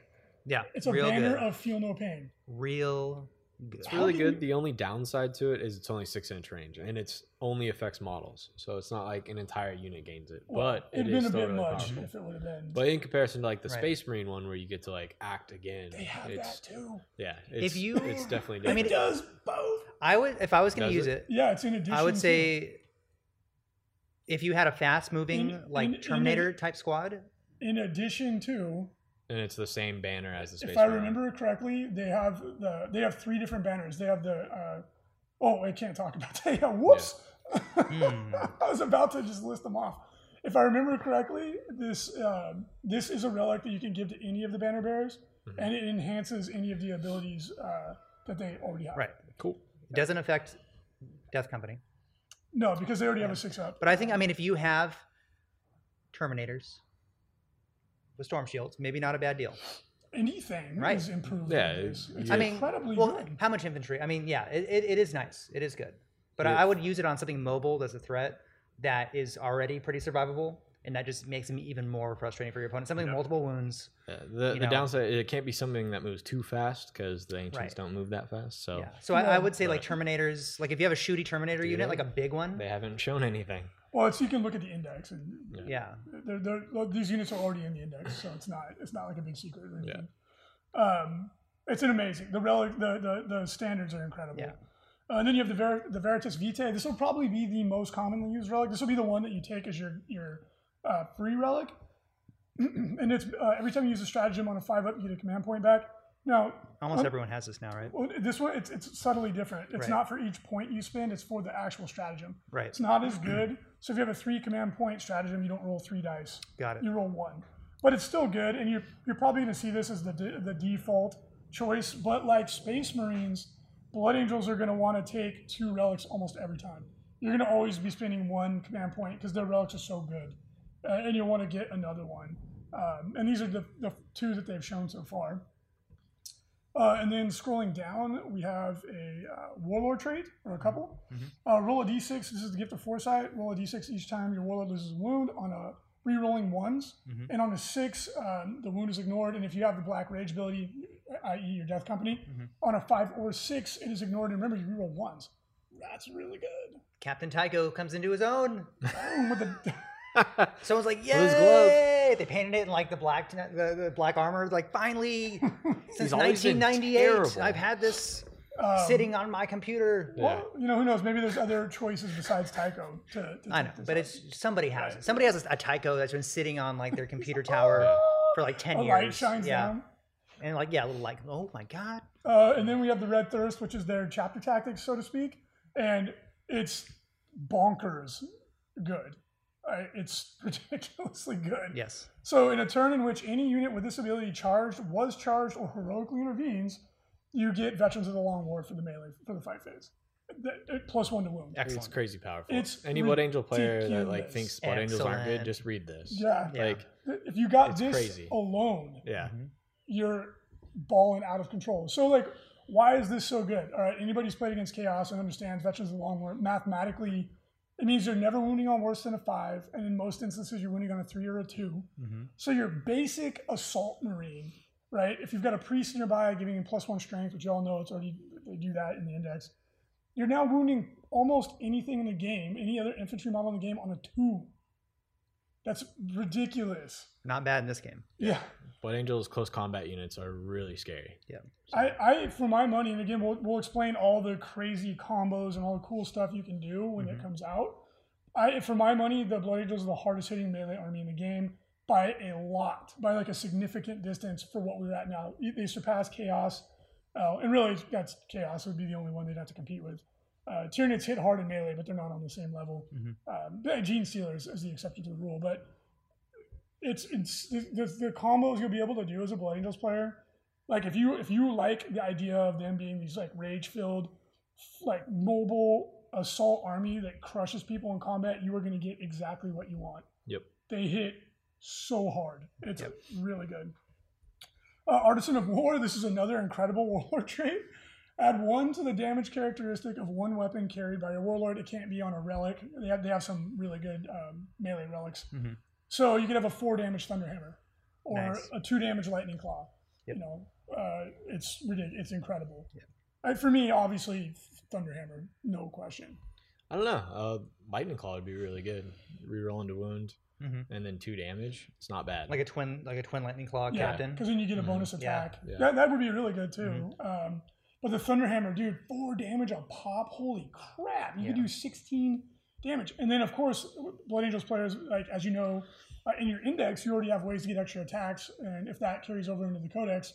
Speaker 2: Yeah,
Speaker 1: It's a
Speaker 2: real
Speaker 1: banner
Speaker 2: good.
Speaker 1: of feel no pain.
Speaker 2: real
Speaker 3: It's
Speaker 1: How
Speaker 3: really
Speaker 1: do
Speaker 3: good.
Speaker 1: you-
Speaker 3: The only downside to it is it's only six inch range, and it's only affects models, so it's not like an entire unit gains it.
Speaker 1: Well,
Speaker 3: but it
Speaker 1: it'd been
Speaker 3: is
Speaker 1: a
Speaker 3: still
Speaker 1: bit
Speaker 3: really
Speaker 1: much
Speaker 3: powerful.
Speaker 1: if it would have been.
Speaker 3: But in comparison to like the
Speaker 2: Right.
Speaker 3: Space Marine one, where you get to like act again,
Speaker 1: they have
Speaker 3: it's
Speaker 1: that too.
Speaker 3: yeah. It's,
Speaker 2: you-
Speaker 3: it's definitely
Speaker 1: I mean,
Speaker 3: different.
Speaker 2: mean,
Speaker 1: it does both.
Speaker 2: I would if I was going
Speaker 3: Does
Speaker 2: to use
Speaker 3: it?
Speaker 2: it.
Speaker 1: Yeah, it's in addition.
Speaker 2: I would
Speaker 1: to-
Speaker 2: say if you had a fast moving
Speaker 1: In-
Speaker 2: like
Speaker 1: in- in a-
Speaker 2: Terminator type squad,
Speaker 1: in addition to,
Speaker 3: and it's the same banner as the Space
Speaker 1: if I
Speaker 3: Marine.
Speaker 1: remember correctly, they have the they have three different banners. They have the uh, oh, I can't talk about that. Yeah, whoops.
Speaker 2: Hmm.
Speaker 1: I was about to just list them off. If I remember correctly, this uh, this is a relic that you can give to any of the banner bearers,
Speaker 3: Mhm.
Speaker 1: and it enhances any of the abilities uh, that they already have.
Speaker 2: right?
Speaker 3: cool.
Speaker 2: It doesn't affect Death Company.
Speaker 1: No, because they already have a six up.
Speaker 2: But I think I mean if you have Terminators with storm shields, maybe not a bad deal.
Speaker 1: anything
Speaker 2: Right.
Speaker 1: is improved.
Speaker 3: Yeah,
Speaker 1: nowadays.
Speaker 3: it-
Speaker 1: it's
Speaker 3: yeah.
Speaker 2: I mean,
Speaker 1: incredibly
Speaker 2: well,
Speaker 1: good.
Speaker 2: how much infantry? I mean, yeah, it, it, it is nice. It is good. But I,
Speaker 3: Yeah.
Speaker 2: I would use it on something mobile that's a threat that is already pretty survivable, and that just makes them even more frustrating for your opponent. Something with multiple wounds.
Speaker 3: Yeah, Uh, the
Speaker 2: you
Speaker 3: the
Speaker 2: know.
Speaker 3: downside it can't be something that moves too fast because the ancients
Speaker 2: Right.
Speaker 3: don't move that fast. So
Speaker 2: Yeah. So I, I
Speaker 1: No,
Speaker 2: would say like
Speaker 3: but-
Speaker 2: Terminators, like if you have a shooty Terminator
Speaker 3: Do
Speaker 2: unit,
Speaker 3: they?
Speaker 2: like a big one.
Speaker 3: they haven't shown anything.
Speaker 1: Well, it's, you can look at the index, and
Speaker 3: Yeah.
Speaker 2: yeah.
Speaker 1: they're, they're, well, these units are already in the index, so it's not it's not like a big secret. Or anything. Um, it's an amazing. The relic, the, the the standards are incredible.
Speaker 2: Yeah.
Speaker 1: Uh, and then you have the Ver- the Veritas Vitae. This will probably be the most commonly used relic. This will be the one that you take as your your uh, free relic, and it's uh, every time you use a stratagem on a five up, you get a command point back. Now,
Speaker 2: Almost
Speaker 1: un-
Speaker 2: everyone has this now, right?
Speaker 1: Well, this one, it's, it's subtly different. It's
Speaker 2: Right.
Speaker 1: not for each point you spend, it's for the actual stratagem.
Speaker 2: Right.
Speaker 1: It's not as good. So if you have a three command point stratagem, you don't roll three dice,
Speaker 2: Got it.
Speaker 1: you roll one. But it's still good, and you're, you're probably going to see this as the, de- the default choice. But like Space Marines, Blood Angels are going to want to take two relics almost every time. You're going to always be spending one command point because their relics are so good. Uh, and you'll want to get another one. Um, and these are the, the two that they've shown so far. Uh, and then scrolling down, we have a uh, warlord trait or a couple.
Speaker 2: Mhm.
Speaker 1: Uh, roll a d6. This is the gift of foresight. Roll a d6 each time your warlord loses a wound on a re-rolling ones,
Speaker 2: Mhm.
Speaker 1: and on a six, um, the wound is ignored. And if you have the black rage ability, i.e., your death company,
Speaker 2: Mhm.
Speaker 1: on a five or six, it is ignored. And remember, you re-roll ones. That's really good.
Speaker 2: Captain Tycho comes into his own.
Speaker 1: Boom, with the
Speaker 2: Someone's like,
Speaker 3: his glove.
Speaker 2: "Yay!" They painted it in like the black, the, the black armor. Like, finally, since
Speaker 3: He's always been
Speaker 2: 1998,
Speaker 3: terrible.
Speaker 2: I've had this
Speaker 1: um,
Speaker 2: sitting on my computer.
Speaker 1: Well, you know who knows? Maybe there's other choices besides Tycho to. to
Speaker 2: I
Speaker 1: take
Speaker 2: know,
Speaker 1: this
Speaker 2: but
Speaker 1: out.
Speaker 2: it's somebody has it. Somebody has a, a Tycho that's been sitting on like their computer tower for like ten
Speaker 1: a
Speaker 2: years.
Speaker 1: light shines
Speaker 2: yeah,
Speaker 1: down.
Speaker 2: and like yeah, a little like oh my god,
Speaker 1: Uh, and then we have the Red Thirst, which is their chapter tactics, so to speak, and it's bonkers good. Uh, it's ridiculously good.
Speaker 2: yes,
Speaker 1: So, in a turn in which any unit with this ability charged was charged or heroically intervenes, you get Veterans of the Long War for the melee for the fight phase, That- it- plus one to wound.
Speaker 3: It's
Speaker 2: excellent.
Speaker 3: crazy powerful.
Speaker 1: It's
Speaker 3: Any Blood Angel player that like
Speaker 1: ridiculous.
Speaker 3: thinks Blood Angels aren't good,
Speaker 2: Excellent.
Speaker 3: just read this.
Speaker 1: Yeah,
Speaker 2: Yeah.
Speaker 3: Like
Speaker 1: if you got
Speaker 3: It's
Speaker 1: this
Speaker 3: crazy.
Speaker 1: alone,
Speaker 3: yeah.
Speaker 2: Mhm.
Speaker 1: you're balling out of control. So like, why is this so good? All right, anybody who's played against chaos and understands veterans of the long war mathematically, it means you're never wounding on worse than a five, and in most instances you're wounding on a three or a two.
Speaker 2: Mhm.
Speaker 1: So your basic assault marine, right? If you've got a priest nearby giving him plus one strength, which you all know it's already they do that in the index, you're now wounding almost anything in the game, any other infantry model in the game on a two. That's ridiculous.
Speaker 2: Not bad in this game.
Speaker 1: Yeah.
Speaker 3: Blood Angels close combat units are really scary.
Speaker 1: I, I for my money, and again, we'll, we'll explain all the crazy combos and all the cool stuff you can do when it
Speaker 2: Mhm.
Speaker 1: comes out. I for my money, the Blood Angels are the hardest hitting melee army in the game by a lot, by like a significant distance for what we're at now. They surpass Chaos, uh, and really that's Chaos would be the only one they'd have to compete with. Uh, Tyranids hit hard in melee, but they're not on the same level.
Speaker 2: Mhm.
Speaker 1: Um, but Gene Stealer is, is the exception to the rule, but it's, it's the, the, the combos you'll be able to do as a Blood Angels player like if you if you like the idea of them being these like rage filled like mobile assault army that crushes people in combat you are going to get exactly what you want
Speaker 3: Yep.
Speaker 1: they hit so hard it's
Speaker 2: Yep.
Speaker 1: really good uh, artisan of war this is another incredible warlord trait add one to the damage characteristic of one weapon carried by your warlord it can't be on a relic they have, they have some really good um, melee relics
Speaker 2: Mhm.
Speaker 1: so you could have a four damage thunderhammer or
Speaker 2: Nice.
Speaker 1: a two damage lightning claw
Speaker 2: Yep.
Speaker 1: you know, uh, it's ridiculous. It's incredible. Uh, for me, obviously, Thunderhammer, no question.
Speaker 3: I don't know. Uh, lightning claw would be really good. Reroll into wound
Speaker 2: Mhm.
Speaker 3: and then two damage. It's not bad.
Speaker 2: like a twin, like a twin lightning claw
Speaker 1: Yeah,
Speaker 2: Uh, captain. Mm-hmm.
Speaker 1: Because then you get a
Speaker 3: Mhm.
Speaker 1: bonus
Speaker 2: Yeah. Mm-hmm.
Speaker 1: attack.
Speaker 3: Yeah.
Speaker 1: That, that would be really good too. Um, but the Thunderhammer, dude, four damage on pop. Holy crap! You could
Speaker 2: Yeah.
Speaker 1: do sixteen damage, and then of course, Blood Angels players, like as you know, uh, in your index, you already have ways to get extra attacks, and if that carries over into the Codex,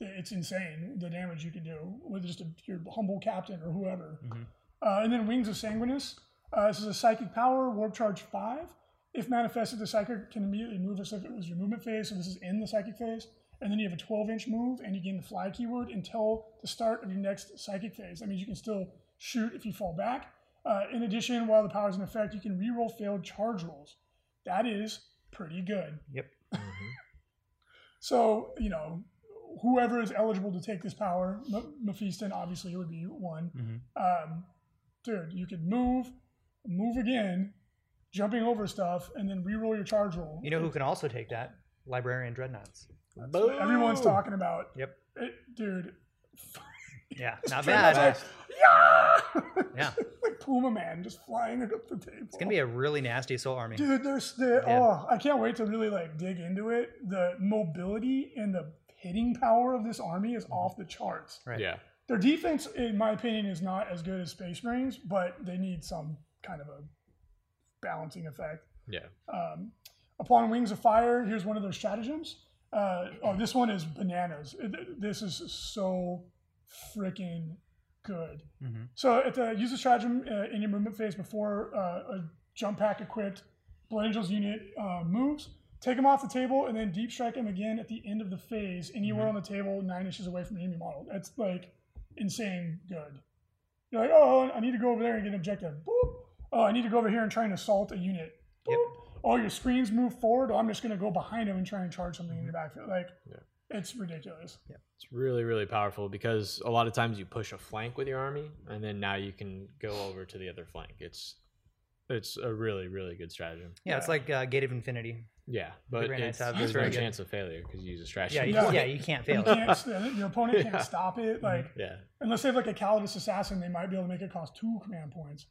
Speaker 1: it's insane the damage you can do with just a, your humble captain or whoever.
Speaker 2: Mhm.
Speaker 1: Uh, and then Wings of Sanguinus. Uh, this is a psychic power, warp charge five. If manifested, the psychic can immediately move as if it was your movement phase, so this is in the psychic phase. And then you have a 12 inch move, and you gain the fly keyword until the start of your next psychic phase. That means you can still shoot if you fall back. Uh, in addition, while the power is in effect, you can reroll failed charge rolls. That is pretty good.
Speaker 3: Mhm.
Speaker 1: So, you know, whoever is eligible to take this power, M- Mephiston obviously would be one.
Speaker 2: Mhm.
Speaker 3: Mm-hmm.
Speaker 1: Um, dude, you could move, move again, jumping over stuff, and then reroll your charge roll.
Speaker 2: You know who can also take that? Librarian dreadnoughts.
Speaker 1: That's what everyone's
Speaker 3: Boom!
Speaker 1: talking about.
Speaker 2: Yep.
Speaker 1: It, dude.
Speaker 2: Yeah, not
Speaker 1: Dreadnought's
Speaker 2: bad.
Speaker 1: like, yeah!
Speaker 2: Yeah.
Speaker 1: like Puma Man just flying it up the table.
Speaker 2: It's gonna be a really nasty soul army.
Speaker 1: Dude, there's the
Speaker 2: Yeah.
Speaker 1: oh, I can't wait to really like dig into it. The mobility and the hitting power of this army
Speaker 2: Mm-hmm.
Speaker 1: is off the charts.
Speaker 2: Right.
Speaker 3: Yeah.
Speaker 1: Their defense, in my opinion, is not as good as Space Marines, but they need some kind of a balancing effect.
Speaker 3: Yeah.
Speaker 1: Um, upon Wings of Fire, here's one of their stratagems. Uh, oh, this one is bananas. It- This is so freaking good.
Speaker 3: Mm-hmm.
Speaker 2: hmm
Speaker 1: So at the use a stratagem uh, in your movement phase before uh, a jump pack equipped Blood Angels unit uh, moves, take them off the table and then deep strike them again at the end of the phase, anywhere on the table, nine inches away from the enemy model. That's like insane good. You're like, oh, I need to go over there and get an objective. Boop. Oh, I need to go over here and try and assault a unit. Boop.
Speaker 2: Yep.
Speaker 1: Oh, your screens move forward. Oh, I'm just going to go behind them and try and charge something in your backfield. Like,
Speaker 3: Yeah.
Speaker 1: it's ridiculous.
Speaker 3: It's really, really powerful because a lot of times you push a flank with your army, and then now you can go over to the other flank. It's it's a really, really good stratagem.
Speaker 2: Yeah, it's
Speaker 1: Yeah.
Speaker 2: like uh, Gate of Infinity.
Speaker 3: Yeah, but
Speaker 2: ran
Speaker 3: it's,
Speaker 2: out of
Speaker 3: there's
Speaker 2: very
Speaker 3: no
Speaker 2: good-
Speaker 3: chance of failure because you use a
Speaker 2: Yeah,
Speaker 3: stratagem.
Speaker 2: you,
Speaker 1: Yeah.
Speaker 2: yeah, you can't fail.
Speaker 1: You
Speaker 2: it.
Speaker 1: can't, your opponent can't
Speaker 3: Yeah.
Speaker 1: stop it. Like,
Speaker 3: yeah.
Speaker 1: unless they have like a Calidus assassin, they might be able to make it cost two command points.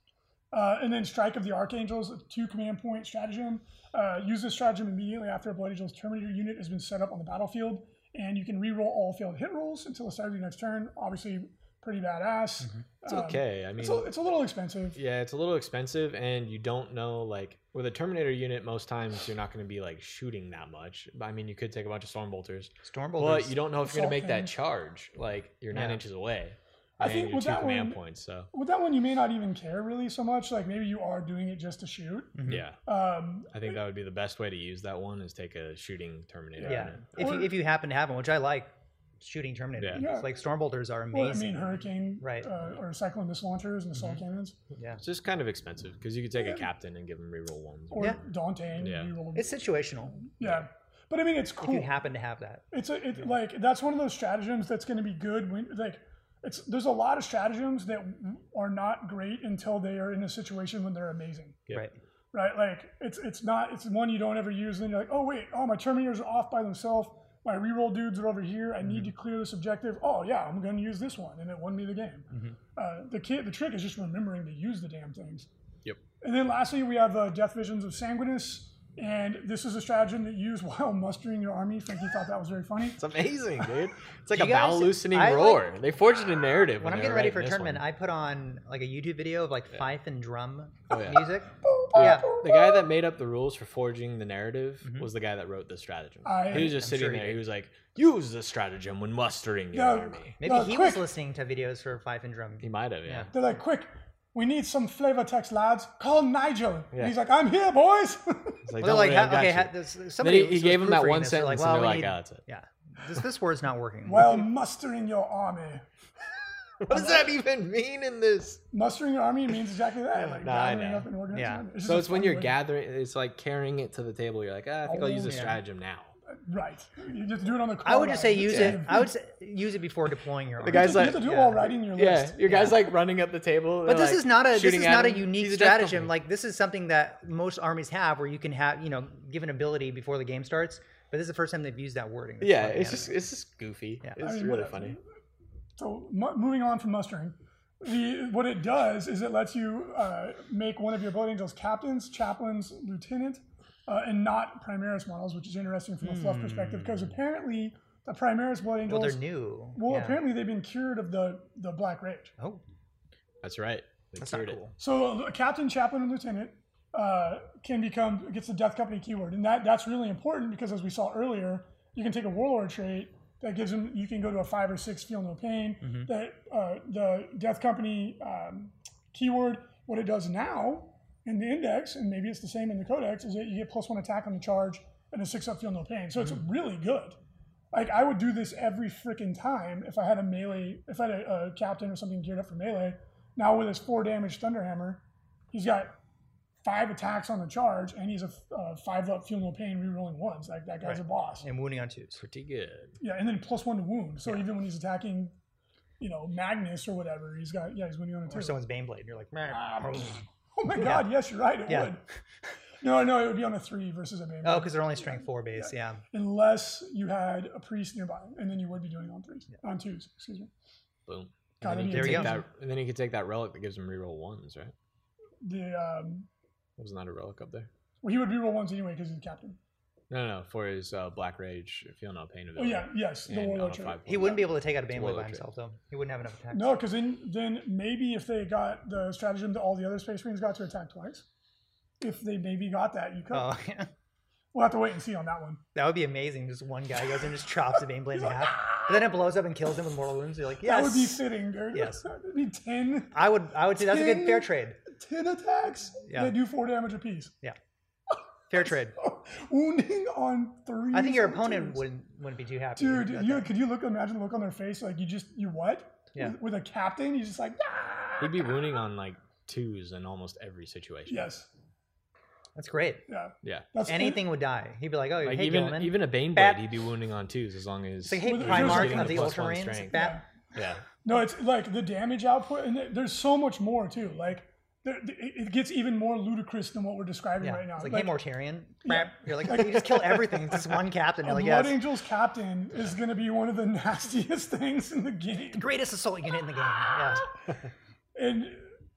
Speaker 1: Uh, and then Strike of the Archangels, a two command point stratagem. Uh, use this stratagem immediately after a Blood Angel's Terminator unit has been set up on the battlefield, and you can reroll all failed hit rolls until the start of your next turn. Obviously, pretty badass.
Speaker 2: Mhm.
Speaker 3: Mm-hmm. It's
Speaker 1: Um,
Speaker 3: okay. I mean,
Speaker 1: it's, a, it's a little expensive.
Speaker 3: Yeah, it's a little expensive, and you don't know like with a Terminator unit. Most times, you're not going to be like shooting that much. But I mean, you could take a bunch of storm bolters,
Speaker 2: Stormbolt.
Speaker 3: but you don't know if you're
Speaker 1: Assault
Speaker 3: going to make that
Speaker 1: things.
Speaker 3: charge. Like you're nine
Speaker 2: Yeah.
Speaker 3: inches away.
Speaker 1: I
Speaker 3: and
Speaker 1: think
Speaker 3: you're
Speaker 1: with
Speaker 3: two
Speaker 1: that
Speaker 3: command
Speaker 1: one-
Speaker 3: points. So
Speaker 1: With that one, you may not even care really so much. Like maybe you are doing it just to shoot.
Speaker 2: Mhm.
Speaker 3: yeah,
Speaker 1: Um,
Speaker 3: I think that would be the best way to use that one is take a shooting Terminator.
Speaker 2: Yeah.
Speaker 3: unit.
Speaker 2: If
Speaker 1: Or-
Speaker 2: you, if you happen to have one, which I like, shooting Terminator.
Speaker 3: Yeah.
Speaker 2: units.
Speaker 1: Yeah.
Speaker 2: Like Stormbolters are
Speaker 1: well, I
Speaker 2: amazing.
Speaker 1: mean, Hurricane
Speaker 2: Right.
Speaker 1: uh, or Cyclone missile launchers and assault
Speaker 3: Mm-hmm.
Speaker 2: Mhm.
Speaker 1: cannons,
Speaker 2: yeah.
Speaker 3: it's just kind of expensive because you could take
Speaker 1: Yeah.
Speaker 3: a captain and give him reroll ones.
Speaker 1: or
Speaker 2: Yeah.
Speaker 1: Dante.
Speaker 3: Yeah.
Speaker 2: It's situational.
Speaker 1: Yeah. But I mean, it's
Speaker 2: If
Speaker 1: cool.
Speaker 2: you happen to have that.
Speaker 1: it's a, it, like that's one of those stratagems that's going to be good when like it's there's a lot of stratagems that are not great until they are in a situation when they're amazing,
Speaker 3: Yeah.
Speaker 2: Right.
Speaker 1: right? Like it's it's not it's one you don't ever use, and then you're like, oh wait, oh my terminators are off by themselves. My reroll dudes are over here. I
Speaker 2: Mm-hmm.
Speaker 1: need to clear this objective. Oh yeah, I'm going to use this one, and it won me the game.
Speaker 2: Mhm.
Speaker 1: Uh, the kid, the trick is just remembering to use the damn things.
Speaker 3: Yep.
Speaker 1: And then lastly, we have uh, Death Visions of Sanguinus, and this is a stratagem that you use while mustering your army. Frankie thought that was very funny.
Speaker 3: It's amazing, dude. It's like
Speaker 2: You
Speaker 3: a bowel
Speaker 2: guys-
Speaker 3: loosening
Speaker 2: I like-
Speaker 3: roar. they forged a narrative.
Speaker 2: When I'm
Speaker 3: they
Speaker 2: getting
Speaker 3: were
Speaker 2: ready for a
Speaker 3: writing this
Speaker 2: tournament,
Speaker 3: one.
Speaker 2: I put on like a YouTube video of like fife and drum
Speaker 3: Oh, yeah.
Speaker 2: music.
Speaker 3: Dude,
Speaker 2: Yeah.
Speaker 3: The guy that made up the rules for forging the narrative
Speaker 2: Mhm.
Speaker 3: was the guy that wrote the stratagem.
Speaker 1: I-
Speaker 3: he was just
Speaker 2: I'm
Speaker 3: sitting
Speaker 2: sure he
Speaker 3: there. He,
Speaker 2: did.
Speaker 3: was like, "Use the stratagem when mustering your
Speaker 1: Yeah.
Speaker 3: army."
Speaker 2: Maybe
Speaker 1: Uh,
Speaker 2: he
Speaker 1: quick.
Speaker 2: was listening to videos for fife and drum.
Speaker 3: He might have, yeah.
Speaker 1: They're like, quick, we need some flavor text, lads. Call Nigel.
Speaker 3: Yeah.
Speaker 1: And he's like, I'm here, boys.
Speaker 3: He's like,
Speaker 2: Well, they're like,
Speaker 3: "Don't worry,
Speaker 2: ha-
Speaker 3: I've got
Speaker 2: okay,
Speaker 3: you."
Speaker 2: ha- there's-
Speaker 3: then
Speaker 2: somebody
Speaker 3: he, he
Speaker 2: was
Speaker 3: gave him that
Speaker 2: proofreading
Speaker 3: one
Speaker 2: this, they're
Speaker 3: sentence,
Speaker 2: like, well,
Speaker 3: and they're
Speaker 2: we
Speaker 3: like,
Speaker 2: need-
Speaker 3: "Oh, that's it."
Speaker 2: yeah, this, this word's not working.
Speaker 1: While mustering your army.
Speaker 3: What does that even mean in this?
Speaker 1: Mustering your army means exactly that. Like
Speaker 3: Nah, I
Speaker 1: gathering
Speaker 3: know.
Speaker 1: up and organizing.
Speaker 2: Yeah.
Speaker 1: army. just
Speaker 3: So
Speaker 1: a
Speaker 3: it's when
Speaker 1: fun
Speaker 3: you're
Speaker 1: way-
Speaker 3: gathering, it's like carrying it to the table. You're like, ah, I think I'll use the
Speaker 2: Oh, Yeah.
Speaker 3: stratagem now.
Speaker 1: Right. You just do it on the call.
Speaker 2: I would just say
Speaker 1: line.
Speaker 2: use
Speaker 1: Yeah.
Speaker 2: it. I would say, use it before deploying your.
Speaker 3: The
Speaker 2: army.
Speaker 1: You
Speaker 3: guy's
Speaker 1: have to- you have to
Speaker 3: like-
Speaker 1: do it
Speaker 2: yeah.
Speaker 1: while writing your
Speaker 3: Yeah,
Speaker 1: list.
Speaker 3: your guy's like running up the table.
Speaker 2: But
Speaker 3: they're
Speaker 2: this
Speaker 3: like
Speaker 2: is not a this
Speaker 3: shooting
Speaker 2: is
Speaker 3: at
Speaker 2: not a
Speaker 3: him.
Speaker 2: unique
Speaker 3: He's a death
Speaker 2: stratagem.
Speaker 3: company.
Speaker 2: Like this is something that most armies have, where you can have you know give an ability before the game starts. But this is the first time they've used that wording.
Speaker 3: yeah,
Speaker 2: Fucking
Speaker 3: it's
Speaker 2: anime.
Speaker 3: just it's just goofy.
Speaker 2: Yeah.
Speaker 3: It's
Speaker 1: I mean,
Speaker 3: really
Speaker 1: what-
Speaker 3: funny.
Speaker 1: So mu- moving on from mustering, the what it does is it lets you uh, make one of your Blood Angels captains, chaplains, lieutenant, uh, and not Primaris models, which is interesting from a fluff perspective because apparently the Primaris Blood
Speaker 2: Hmm. Well,
Speaker 1: Angels.
Speaker 2: they're new.
Speaker 1: well,
Speaker 2: Yeah.
Speaker 1: apparently they've been cured of the the Black Rage.
Speaker 2: Oh,
Speaker 3: That's right. They
Speaker 2: that's not
Speaker 3: cured it.
Speaker 2: cool.
Speaker 1: So a captain, chaplain, and lieutenant uh, can become gets the death company keyword, and that that's really important because as we saw earlier, you can take a warlord trait that gives them you can go to a five or six, feel no pain.
Speaker 2: Mhm.
Speaker 1: That uh, the death company um, keyword, what it does now in the index, and maybe it's the same in the codex, is that you get plus one attack on the charge and a six up, feel no pain. So it's really good. Like I would do this every freaking time if I had a melee, if I had a, a captain or something geared up for melee. Now with his four damage thunderhammer, he's got five attacks on the charge, and he's a f- uh, five up, feel no pain, rerolling ones. Like that guy's a
Speaker 2: Right.
Speaker 1: boss.
Speaker 2: And wounding on twos.
Speaker 3: Pretty good.
Speaker 1: Yeah, and then plus one to wound. So even when he's attacking, you know, Magnus or whatever, he's got yeah, he's winning on a two.
Speaker 2: Or someone's Baneblade, and you're like, "Meh."
Speaker 1: Ah,
Speaker 2: oh,
Speaker 1: oh my god, yes, you're right. It
Speaker 2: Yeah. Oh,
Speaker 1: would. No, no, it would be on a three versus a man.
Speaker 2: because they're only strength four base. Yeah.
Speaker 1: Unless you had a priest nearby, and then you would be doing it on threes, on twos. Excuse me.
Speaker 3: Boom.
Speaker 1: God,
Speaker 3: and
Speaker 1: that'd
Speaker 3: then you
Speaker 1: be
Speaker 3: can
Speaker 2: There we
Speaker 3: take
Speaker 2: go.
Speaker 3: that, and then you can take that relic that gives him reroll ones, right?
Speaker 1: The um,
Speaker 3: Wasn't that a relic up there?
Speaker 1: well, he would reroll ones anyway because he's the captain.
Speaker 3: No, no, no. For his uh, Black Rage, feel no pain
Speaker 1: Oh
Speaker 3: ability.
Speaker 1: yeah, yes, the
Speaker 3: and on
Speaker 1: warlord
Speaker 3: a
Speaker 1: trait.
Speaker 3: five
Speaker 2: He
Speaker 3: point
Speaker 2: wouldn't be
Speaker 3: die.
Speaker 2: able to take out a
Speaker 3: It's a
Speaker 2: Baneblade by
Speaker 3: warlock trait.
Speaker 2: himself, though. He wouldn't have enough attacks.
Speaker 1: No, because then then maybe if they got the stratagem that all the other space marines got to attack twice, if they maybe got that, you could.
Speaker 2: Oh, yeah.
Speaker 1: We'll have to wait and see on that one.
Speaker 2: That would be amazing. Just one guy goes and just chops a Baneblade in half. But then it blows up and kills him with mortal wounds. You're like, yes.
Speaker 1: That would be fitting, dude.
Speaker 2: Yes.
Speaker 1: It'd be 10,
Speaker 2: I would I would say that's a good fair
Speaker 1: Ding.
Speaker 2: trade.
Speaker 1: 10 attacks
Speaker 2: Yeah.
Speaker 1: that do four damage apiece.
Speaker 2: Fair trade.
Speaker 1: Wounding on three.
Speaker 2: I think your opponent wouldn't wouldn't be too happy.
Speaker 1: Dude,
Speaker 2: about
Speaker 1: you
Speaker 2: that.
Speaker 1: could you look imagine the look on their face like you just you what?
Speaker 2: Yeah.
Speaker 1: With, with a captain, you just like "Ah!"
Speaker 3: He'd be wounding on like twos in almost every situation.
Speaker 1: Yes.
Speaker 2: That's great.
Speaker 1: Yeah.
Speaker 3: Yeah.
Speaker 1: That's
Speaker 2: Anything would die. He'd be like, oh,
Speaker 3: Like
Speaker 2: hey,
Speaker 3: even
Speaker 2: Gilman.
Speaker 3: even a Baneblade,
Speaker 2: Bat-
Speaker 3: he'd be wounding on twos as long as.
Speaker 2: it's like, hey,
Speaker 1: Well,
Speaker 3: just
Speaker 2: Primarch
Speaker 3: getting
Speaker 2: of
Speaker 3: the
Speaker 2: the
Speaker 3: plus one
Speaker 2: Ultramarines.
Speaker 3: strength.
Speaker 2: Bat.
Speaker 3: yeah.
Speaker 1: No, it's like the damage output, and there- there's so much more too. Like, there, it it gets even more ludicrous than what we're describing
Speaker 2: Yeah.
Speaker 1: right now.
Speaker 2: It's like, hey, Mortarian.
Speaker 1: Yeah.
Speaker 2: Brap. You're like,
Speaker 1: Like-
Speaker 2: you just kill everything. It's just one captain.
Speaker 1: a
Speaker 2: You're like,
Speaker 1: Blood
Speaker 2: yes.
Speaker 1: Angels captain is going to be one of the nastiest things in the game.
Speaker 2: Greatest assault unit in the game. Yeah.
Speaker 1: And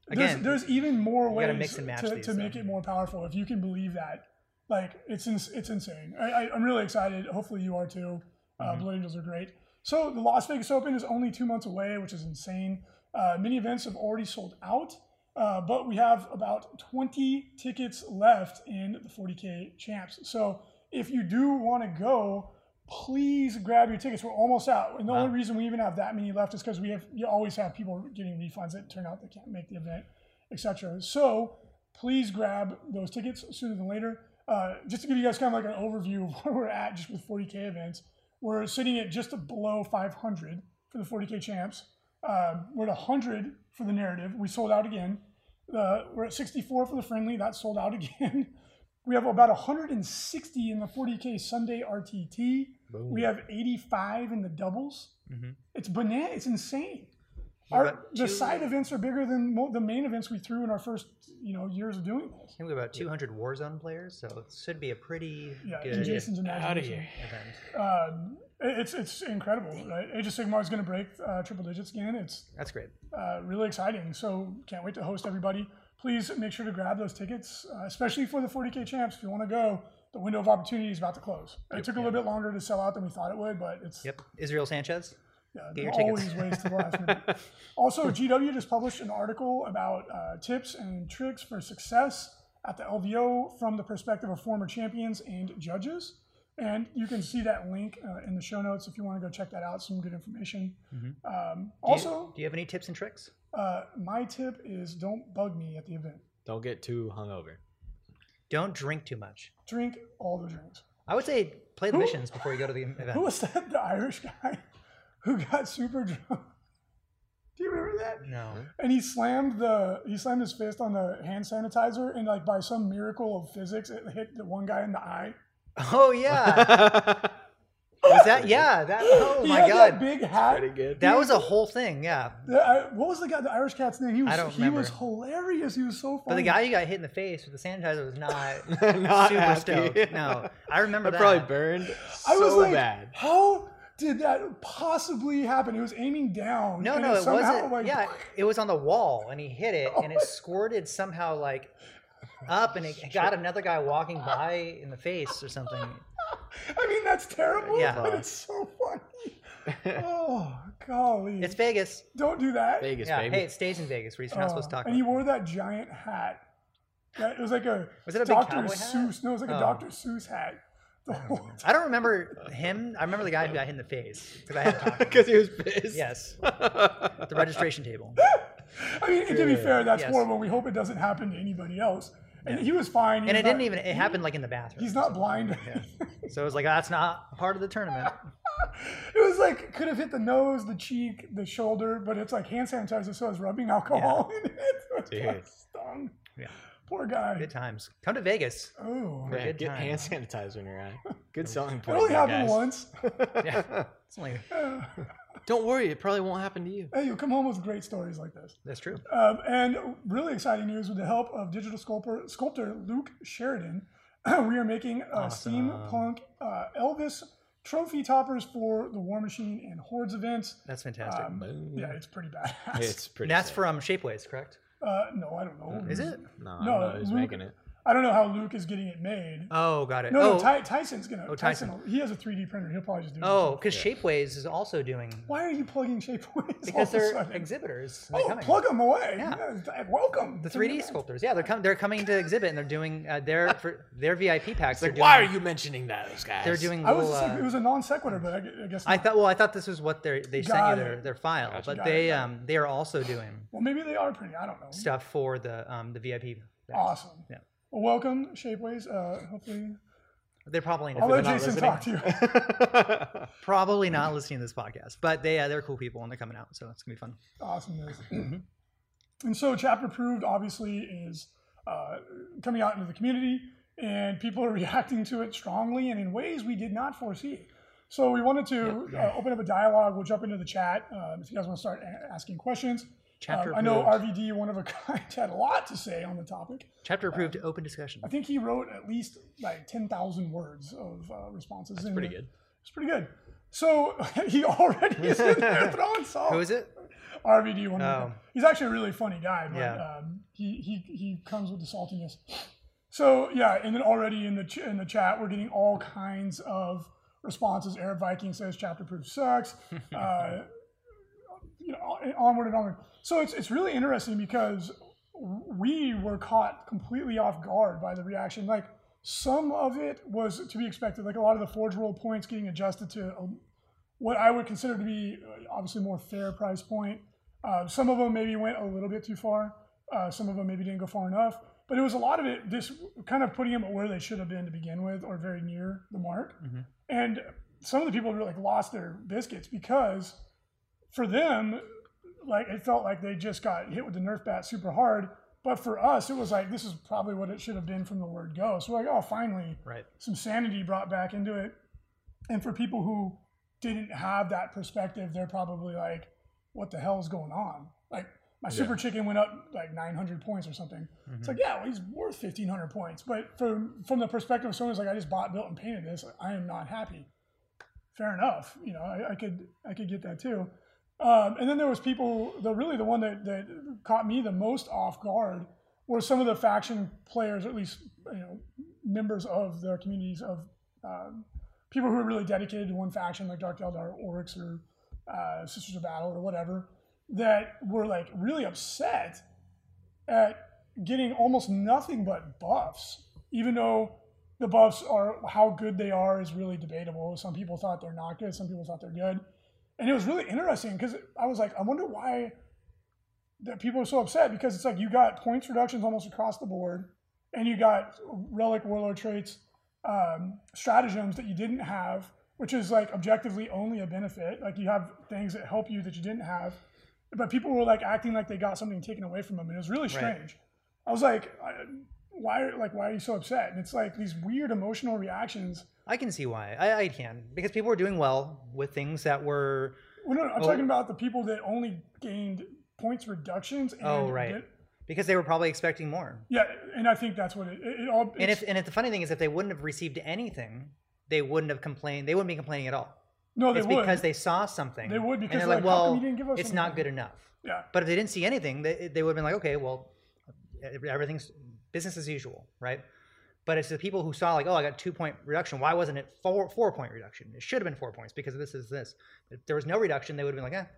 Speaker 2: Again,
Speaker 1: there's, there's even more
Speaker 2: you gotta
Speaker 1: ways
Speaker 2: mix and match
Speaker 1: to,
Speaker 2: these,
Speaker 1: to make
Speaker 2: so.
Speaker 1: it more powerful if you can believe that. Like it's ins- it's insane. I, I, I'm really excited. Hopefully you are too. Uh,
Speaker 2: Mm-hmm.
Speaker 1: Blood Angels are great. So the Las Vegas Open is only two months away, which is insane. Uh, many events have already sold out, uh, but we have about 20 tickets left in the 40k champs. So if you do want to go, please grab your tickets. We're almost out, and the
Speaker 2: Wow.
Speaker 1: only reason we even have that many left is because we have you always have people getting refunds that turn out they can't make the event, etc. So please grab those tickets sooner than later. Uh, just to give you guys kind of like an overview of where we're at, just with 40k events, we're sitting at just below 500 for the 40k champs. Um, we're at 100 for the narrative. We sold out again. Uh, we're at 64 for the friendly. That sold out again. We have about 160 in the 40k Sunday RTT.
Speaker 3: Boom.
Speaker 1: We have 85 in the doubles.
Speaker 2: Mhm.
Speaker 1: It's banana. It's insane.
Speaker 2: We've
Speaker 1: Our,
Speaker 2: got
Speaker 1: the
Speaker 2: two-
Speaker 1: side events are bigger than mo- the main events we threw in our first, you know, years of doing
Speaker 2: I
Speaker 1: this.
Speaker 2: think we have about 200 Warzone players, so it should be a pretty
Speaker 1: Yeah,
Speaker 2: good
Speaker 1: and Jason's
Speaker 3: Out of
Speaker 1: imagination.
Speaker 3: here.
Speaker 2: event.
Speaker 1: Um, it- it's it's incredible. Right? Age of Sigmar is going to break uh, triple digits again. It's
Speaker 2: That's great.
Speaker 1: uh, really exciting. So can't wait to host everybody. Please make sure to grab those tickets, uh, especially for the 40k champs. If you want to go, the window of opportunity is about to close. It took a little bit longer to sell out than we thought it would, but it's
Speaker 2: Yep. Israel Sanchez.
Speaker 1: yeah,
Speaker 2: Get
Speaker 1: there
Speaker 2: your
Speaker 1: are
Speaker 2: tickets.
Speaker 1: always ways to the last minute. Also, GW just published an article about uh, tips and tricks for success at the LVO from the perspective of former champions and judges. And you can see that link uh, in the show notes if you want to go check that out. Some good information. Um,
Speaker 2: Mm-hmm. Do you-
Speaker 1: also,
Speaker 2: do you have any tips and tricks?
Speaker 1: uh, my tip is don't bug me at the event.
Speaker 3: Don't get too hungover.
Speaker 2: Don't drink too much.
Speaker 1: Drink all the drinks.
Speaker 2: I would say play the
Speaker 1: Who-
Speaker 2: missions before you go to the event.
Speaker 1: Who was that? The Irish guy who got super drunk. Do you remember that?
Speaker 2: no.
Speaker 1: And he slammed the he slammed his fist on the hand sanitizer, and like by some miracle of physics, it hit the one guy in the eye.
Speaker 2: Oh yeah. Ah. Was that yeah, that oh
Speaker 1: he
Speaker 2: my
Speaker 1: had
Speaker 2: god.
Speaker 1: that big hat.
Speaker 3: Pretty good.
Speaker 2: that was a whole thing, yeah.
Speaker 1: The- I- what was the guy? The Irish cat's name? He was
Speaker 2: I don't
Speaker 1: he was hilarious. He was so funny.
Speaker 2: But the guy who got hit in the face with the sanitizer was not
Speaker 3: Not
Speaker 2: super
Speaker 3: happy.
Speaker 2: stoked. No. I remember
Speaker 3: That
Speaker 2: that.
Speaker 3: probably burned
Speaker 1: I
Speaker 3: so
Speaker 1: was like,
Speaker 3: bad.
Speaker 1: how did that possibly happen? It was aiming down.
Speaker 2: No,
Speaker 1: and
Speaker 2: no, it,
Speaker 1: somehow,
Speaker 2: wasn't.
Speaker 1: Like,
Speaker 2: yeah, it was on the wall, and he hit it, and it squirted somehow like up, and it got another guy walking by in the face or something.
Speaker 1: I mean, that's terrible,
Speaker 2: Yeah.
Speaker 1: but it's so funny. oh, golly.
Speaker 2: It's Vegas.
Speaker 1: Don't do that.
Speaker 3: Vegas,
Speaker 2: yeah.
Speaker 3: baby.
Speaker 2: Hey, it stays in Vegas where you're not supposed to
Speaker 1: Oh,
Speaker 2: talk.
Speaker 1: and
Speaker 2: about
Speaker 1: he
Speaker 2: it.
Speaker 1: wore that giant hat. Yeah, it was like a
Speaker 2: Was it a big
Speaker 1: Dr.
Speaker 2: cowboy hat?
Speaker 1: Seuss. No, it was like
Speaker 2: Oh.
Speaker 1: a Dr. Seuss hat. The whole
Speaker 2: I don't remember him. I remember the guy who got hit in the face because I had to talk.
Speaker 3: Because he was pissed.
Speaker 2: Yes,
Speaker 3: Yeah.
Speaker 2: the registration table.
Speaker 1: I mean, and to be fair, that's
Speaker 2: Yes.
Speaker 1: horrible. We hope it doesn't happen to anybody else. And he was fine. He
Speaker 2: And
Speaker 1: was
Speaker 2: it didn't
Speaker 1: not-
Speaker 2: even. It happened like in the bathroom.
Speaker 1: He's not blind.
Speaker 2: So it was like that's not part of the tournament.
Speaker 1: it was like could have hit the nose, the cheek, the shoulder, but it's like hand sanitizer, so it's rubbing alcohol in it. So it's
Speaker 3: Dude.
Speaker 1: like stung.
Speaker 2: Yeah.
Speaker 1: Poor guy.
Speaker 2: Good times. Come to Vegas.
Speaker 1: Oh,
Speaker 3: Man,
Speaker 2: good
Speaker 3: get
Speaker 2: time.
Speaker 3: hand sanitizer in your eye. Good selling
Speaker 1: it
Speaker 3: point.
Speaker 1: only
Speaker 3: there,
Speaker 1: happened
Speaker 3: guys.
Speaker 1: once.
Speaker 2: Yeah. It's only,
Speaker 1: Uh,
Speaker 3: Don't worry, it probably won't happen to you.
Speaker 1: hey, you come home with great stories like this.
Speaker 2: that's true.
Speaker 1: Um, and really exciting news with the help of digital sculptor, sculptor Luke Sheridan, we are making uh,
Speaker 2: Awesome.
Speaker 1: steampunk uh, Elvis trophy toppers for the War Machine and Hordes events.
Speaker 2: That's fantastic.
Speaker 1: Um,
Speaker 3: Boom.
Speaker 1: yeah, it's pretty badass.
Speaker 3: It's pretty.
Speaker 2: And that's
Speaker 3: sick.
Speaker 2: from Shapeways, correct?
Speaker 1: uh, no, I don't know.
Speaker 2: Mm-hmm. Is it?
Speaker 3: No,
Speaker 1: No,
Speaker 3: I don't know who's
Speaker 1: Luke-
Speaker 3: making it.
Speaker 1: I don't know how Luke is getting it made.
Speaker 2: Oh, got it.
Speaker 1: no,
Speaker 2: oh,
Speaker 1: no, Ty- Tyson's gonna.
Speaker 2: Oh,
Speaker 1: Tyson.
Speaker 2: Tyson.
Speaker 1: He has a 3D printer. He'll probably just do. it
Speaker 2: oh,
Speaker 1: himself.
Speaker 2: because Shapeways is also doing
Speaker 1: Why are you plugging Shapeways? all
Speaker 2: because
Speaker 1: of a
Speaker 2: they're
Speaker 1: sudden?
Speaker 2: exhibitors. They're
Speaker 1: Oh,
Speaker 2: coming.
Speaker 1: plug them away.
Speaker 2: Yeah.
Speaker 1: Yeah, welcome.
Speaker 2: the
Speaker 1: to
Speaker 2: 3D
Speaker 1: event.
Speaker 2: sculptors. Yeah, they're coming. They're coming to exhibit, and they're doing uh, their for their VIP packs. they're
Speaker 3: Like,
Speaker 2: doing,
Speaker 3: why are you mentioning those guys?
Speaker 2: They're doing
Speaker 1: I was.
Speaker 2: little.
Speaker 1: just like, it
Speaker 2: uh,
Speaker 1: was a non sequitur, but I, gu- I guess.
Speaker 2: I
Speaker 1: not.
Speaker 2: thought. Well, I thought this was what they they sent you
Speaker 1: Got
Speaker 2: their
Speaker 1: it.
Speaker 2: their file,
Speaker 3: Gotcha.
Speaker 2: but
Speaker 1: Got it,
Speaker 2: they
Speaker 1: got
Speaker 2: um they are also doing
Speaker 1: Well, maybe they are pretty. I don't know.
Speaker 2: stuff for the um the VIP. packs.
Speaker 1: Awesome.
Speaker 2: Yeah.
Speaker 1: Well, welcome, Shapeways. Uh, hopefully,
Speaker 2: They're probably
Speaker 1: I'll let
Speaker 2: not,
Speaker 3: not
Speaker 1: Jason talk to you.
Speaker 2: probably not listening to this podcast, but they uh, they're cool people and they're coming out, so it's gonna be fun.
Speaker 1: awesome news.
Speaker 2: Mhm.
Speaker 1: and so, chapter proved obviously is uh, coming out into the community, and people are reacting to it strongly and in ways we did not foresee. So we wanted to uh, open up a dialogue. We'll jump into the chat uh, if you guys want to start a- asking questions.
Speaker 2: Chapter
Speaker 1: Um, I know
Speaker 2: approved.
Speaker 1: RVD, one of a kind, had a lot to say on the topic.
Speaker 2: Chapter approved. open discussion.
Speaker 1: I think he wrote at least like 10,000 words of uh, responses.
Speaker 3: That's
Speaker 1: in
Speaker 3: pretty
Speaker 1: there.
Speaker 3: good.
Speaker 1: It's pretty good. So he already is in there throwing salt.
Speaker 2: Who is it?
Speaker 1: RVD one.
Speaker 2: Oh.
Speaker 1: He's actually a really funny guy, but
Speaker 2: Yeah.
Speaker 1: um, he, he he comes with the saltiness. So yeah, and then already in the ch- in the chat, we're getting all kinds of responses. Arab Viking says chapter proof sucks. uh, you know, on- onward and onward. So it's it's really interesting because we were caught completely off guard by the reaction. Like some of it was to be expected. Like a lot of the forge roll points getting adjusted to a, what I would consider to be uh, obviously more fair price point. Uh, some of them maybe went a little bit too far. Uh, some of them maybe didn't go far enough. But it was a lot of it just kind of putting them where they should have been to begin with, or very near the mark.
Speaker 2: Mhm.
Speaker 1: And some of the people really like lost their biscuits because for them, like it felt like they just got hit with the Nerf bat super hard. But for us, it was like this is probably what it should have been from the word go. So we're like, oh, finally,
Speaker 2: Right.
Speaker 1: some sanity brought back into it. And for people who didn't have that perspective, they're probably like, what the hell is going on? Like, my
Speaker 3: Yeah.
Speaker 1: super chicken went up like 900 points or something.
Speaker 2: Mhm.
Speaker 1: It's like, yeah, well, he's worth 1,500 points. But from, from the perspective of someone who's like, I just bought, built, and painted this, I am not happy. Fair enough. You know, I, I could I could get that too. Um, and then there was people, the really the one that, that caught me the most off guard were some of the faction players, or at least you know members of their communities of um, people who are really dedicated to one faction, like Dark Eldar, Oryx, or uh, Sisters of Battle, or whatever, that were like really upset at getting almost nothing but buffs, even though the buffs are how good they are is really debatable. Some people thought they're not good, some people thought they're good. And it was really interesting because I was like, I wonder why that people are so upset because it's like you got points reductions almost across the board, and you got relic warlord traits, um, stratagems that you didn't have, which is like objectively only a benefit. Like you have things that help you that you didn't have, but people were like acting like they got something taken away from them, and it was really
Speaker 2: Right.
Speaker 1: strange. I was like, I- why? are- Like why are you so upset? And it's like these weird emotional reactions.
Speaker 2: I can see why. I, I can because people were doing well with things that were
Speaker 1: Well, no, no, I'm
Speaker 2: Oh.
Speaker 1: talking about the people that only gained points reductions. And
Speaker 2: Oh, right.
Speaker 1: ben-
Speaker 2: because they were probably expecting more.
Speaker 1: yeah, and I think that's what it, it, it all.
Speaker 2: And
Speaker 1: it's-
Speaker 2: if and if the funny thing is, if they wouldn't have received anything, they wouldn't have complained. They wouldn't be complaining at all.
Speaker 1: No, they
Speaker 2: it's
Speaker 1: would.
Speaker 2: because they saw something.
Speaker 1: They would because
Speaker 2: and they're
Speaker 1: they're
Speaker 2: like,
Speaker 1: like, "How come
Speaker 2: well,
Speaker 1: you didn't give us
Speaker 2: it's not
Speaker 1: something?"
Speaker 2: good enough.
Speaker 1: yeah.
Speaker 2: But if they didn't see anything, they, they would have been like, okay, well, e- everything's business as usual, right? But it's the people who saw like, oh, I got two point reduction. Why wasn't it four four point reduction? It should have been four points because of this is this. If there was no reduction, they would have been like, eh,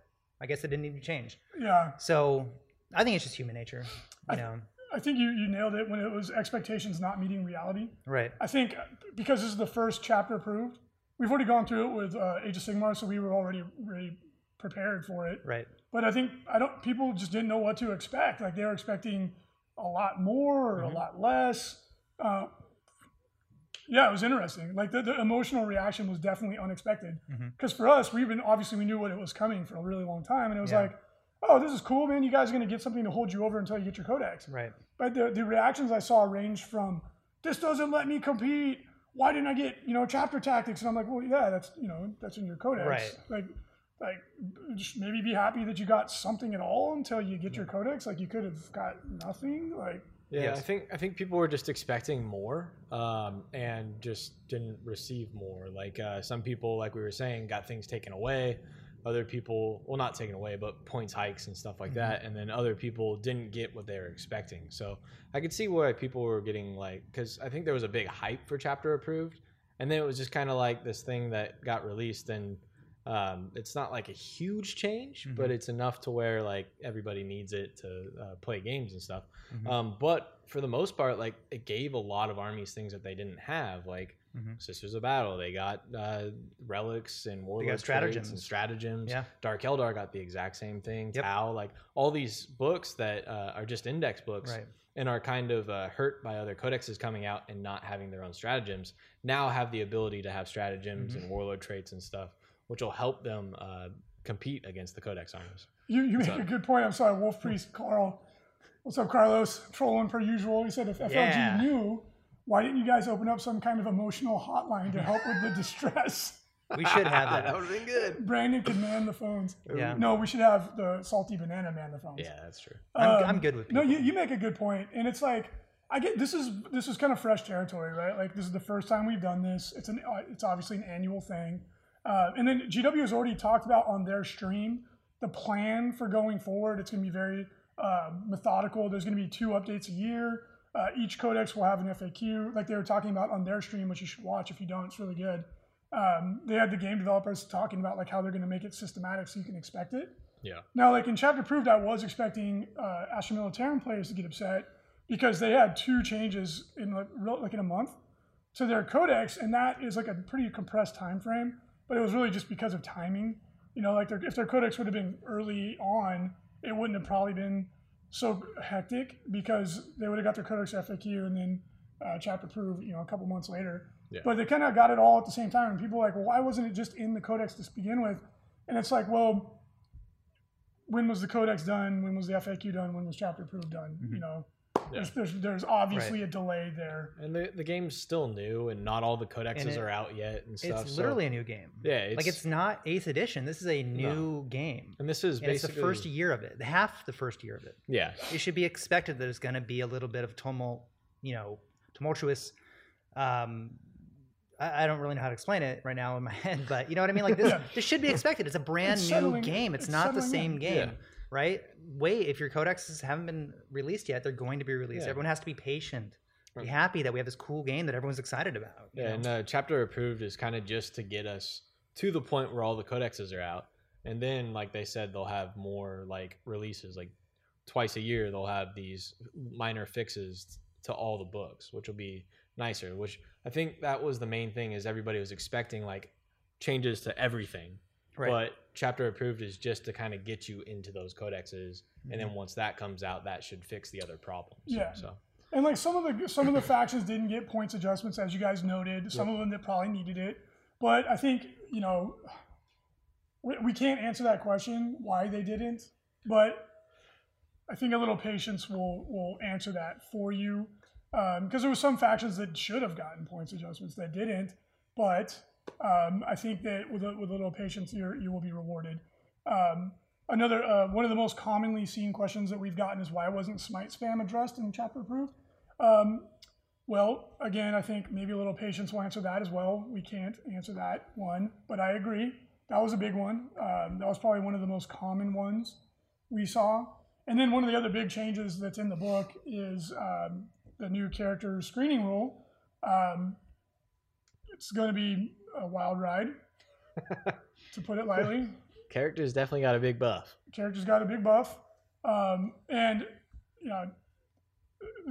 Speaker 2: I guess it didn't need to change.
Speaker 1: Yeah.
Speaker 2: So I think it's just human nature, you know?
Speaker 1: I think you, you nailed it when it was expectations not meeting reality.
Speaker 2: Right.
Speaker 1: I think uh, because this is the first chapter approved, we've already gone through it with uh, Age of Sigmar, so we were already really prepared for it.
Speaker 2: Right.
Speaker 1: But I think I don't. People just didn't know what to expect. Like they were expecting a lot more or
Speaker 2: Mhm.
Speaker 1: a lot less. Uh, yeah, it was interesting. Like the, the emotional reaction was definitely unexpected.
Speaker 2: Mhm.
Speaker 1: Because for us, we've been obviously we knew what it was coming for a really long time, and it was
Speaker 2: Yeah.
Speaker 1: like, oh, this is cool, man. You guys are gonna get something to hold you over until you get your codex.
Speaker 2: Right.
Speaker 1: But the, the reactions I saw ranged from this doesn't let me compete. Why didn't I get you know chapter tactics? And I'm like, well, yeah, that's you know that's in your codex.
Speaker 2: Right.
Speaker 1: Like, like just maybe be happy that you got something at all until you get your codex. Like you could have got nothing. Like
Speaker 3: Yeah, I
Speaker 2: Yes.
Speaker 3: think I think people were just expecting more, um, and just didn't receive more. Like uh, some people, like we were saying, got things taken away. Other people, well, not taken away, but points hikes and stuff like that. And then other people didn't get what they were expecting. So I could see why people were getting like, because I think there was a big hype for chapter approved, and then it was just kind of like this thing that got released, and um, it's not like a huge change, but it's enough to where like everybody needs it to uh, play games and stuff.
Speaker 2: Mhm.
Speaker 3: Um, but for the most part, like it gave a lot of armies things that they didn't have, like
Speaker 2: Mhm.
Speaker 3: Sisters of Battle. They got uh, relics and warlords
Speaker 2: stratagems.
Speaker 3: and stratagems.
Speaker 2: Yeah.
Speaker 3: Dark Eldar got the exact same thing.
Speaker 2: Yep.
Speaker 3: Tau, like all these books that uh, are just index books
Speaker 2: Right.
Speaker 3: and are kind of uh, hurt by other codexes coming out and not having their own stratagems now have the ability to have stratagems
Speaker 2: Mhm.
Speaker 3: and warlord traits and stuff, which will help them uh, compete against the codex armies.
Speaker 1: you you
Speaker 3: What's
Speaker 1: make
Speaker 3: up?
Speaker 1: a good point. I'm sorry, Wolf Priest Carl. What's up, Carlos? Trolling per usual. He said if FLG
Speaker 2: Yeah.
Speaker 1: knew, why didn't you guys open up some kind of emotional hotline to help with the distress?
Speaker 2: We should have that.
Speaker 3: would have been good.
Speaker 1: Brandon could man the phones.
Speaker 2: Yeah.
Speaker 1: No, we should have the salty banana man the phones.
Speaker 3: Yeah, that's true.
Speaker 2: I'm, I'm
Speaker 1: Um,
Speaker 2: good with
Speaker 1: No,
Speaker 2: people.
Speaker 1: you, you make a good point, and it's like I get this is this is kind of fresh territory, right? Like this is the first time we've done this. It's an uh, it's obviously an annual thing, uh, and then GW has already talked about on their stream the plan for going forward. It's going to be very uh, methodical. There's going to be two updates a year. Uh, each codex will have an FAQ, like they were talking about on their stream, which you should watch if you don't. It's really good. Um, they had the game developers talking about like how they're going to make it systematic so you can expect it.
Speaker 3: Yeah.
Speaker 1: Now, like in Chapter Proved, I was expecting uh, Astra Militarum players to get upset because they had two changes in like, real- like in a month to their codex, and that is like a pretty compressed time frame. But it was really just because of timing. You know, like their, if their codex would have been early on, it wouldn't have probably been so hectic because they would have got their codex FAQ and then uh, Chapter Proved, you know, a couple months later.
Speaker 3: Yeah.
Speaker 1: But they kind of got it all at the same time, and people were like, well, why wasn't it just in the codex to begin with? And it's like, well, when was the codex done? When was the FAQ done? When was chapter proof done? You know, there's, there's there's obviously a delay there.
Speaker 3: And the, the game's still new, and not all the codexes
Speaker 2: And it-
Speaker 3: are out yet and stuff.
Speaker 2: it's
Speaker 3: so-
Speaker 2: literally a new game.
Speaker 3: yeah, it's,
Speaker 2: like it's not eighth edition. This is a new game.
Speaker 3: and this is
Speaker 2: And it's the
Speaker 3: basically
Speaker 2: first year of it, half the first year of it.
Speaker 3: yeah,
Speaker 2: It should be expected that it's going to be a little bit of tumult, you know, tumultuous. Um, I, I don't really know how to explain it right now in my head, but you know what I mean. Like this,
Speaker 1: Yeah.
Speaker 2: this should be expected. It's a brand new
Speaker 1: settling-
Speaker 2: game. It's,
Speaker 1: it's
Speaker 2: not the
Speaker 1: settling
Speaker 2: same
Speaker 1: in.
Speaker 2: game,
Speaker 3: Yeah.
Speaker 2: right? Wait, if your codexes haven't been released yet, they're going to be released.
Speaker 3: Yeah.
Speaker 2: Everyone has to be patient. Be
Speaker 3: Right.
Speaker 2: happy that we have this cool game that everyone's excited about. you
Speaker 3: yeah.
Speaker 2: know?
Speaker 3: And uh, chapter approved is kind of just to get us to the point where all the codexes are out, and then like they said, they'll have more like releases, like twice a year they'll have these minor fixes to all the books, which will be nicer. Which I think that was the main thing is everybody was expecting like changes to everything,
Speaker 2: right.
Speaker 3: But chapter approved is just to kind of get you into those codexes, and
Speaker 2: Mm-hmm.
Speaker 3: then once that comes out, that should fix the other problems.
Speaker 1: Yeah.
Speaker 3: So
Speaker 1: And like some of the some of the factions didn't get points adjustments, as you guys noted. Some of them that probably needed it, but I think you know we, we can't answer that question why they didn't. But I think a little patience will will answer that for you because there were some factions that should have gotten points adjustments that didn't. But um, I think that with a, with a little patience, you you will be rewarded. Um, another uh, one of the most commonly seen questions that we've gotten is why wasn't Smite spam addressed in chapter approved? Um, well, again, I think maybe a little patience will answer that as well. We can't answer that one, but I agree. That was a big one. Um, that was probably one of the most common ones we saw. And then one of the other big changes that's in the book is um, the new character screening rule. Um, it's going to be a wild ride, to put it lightly.
Speaker 3: Characters definitely got a big buff.
Speaker 1: Character's got a big buff, um, and you know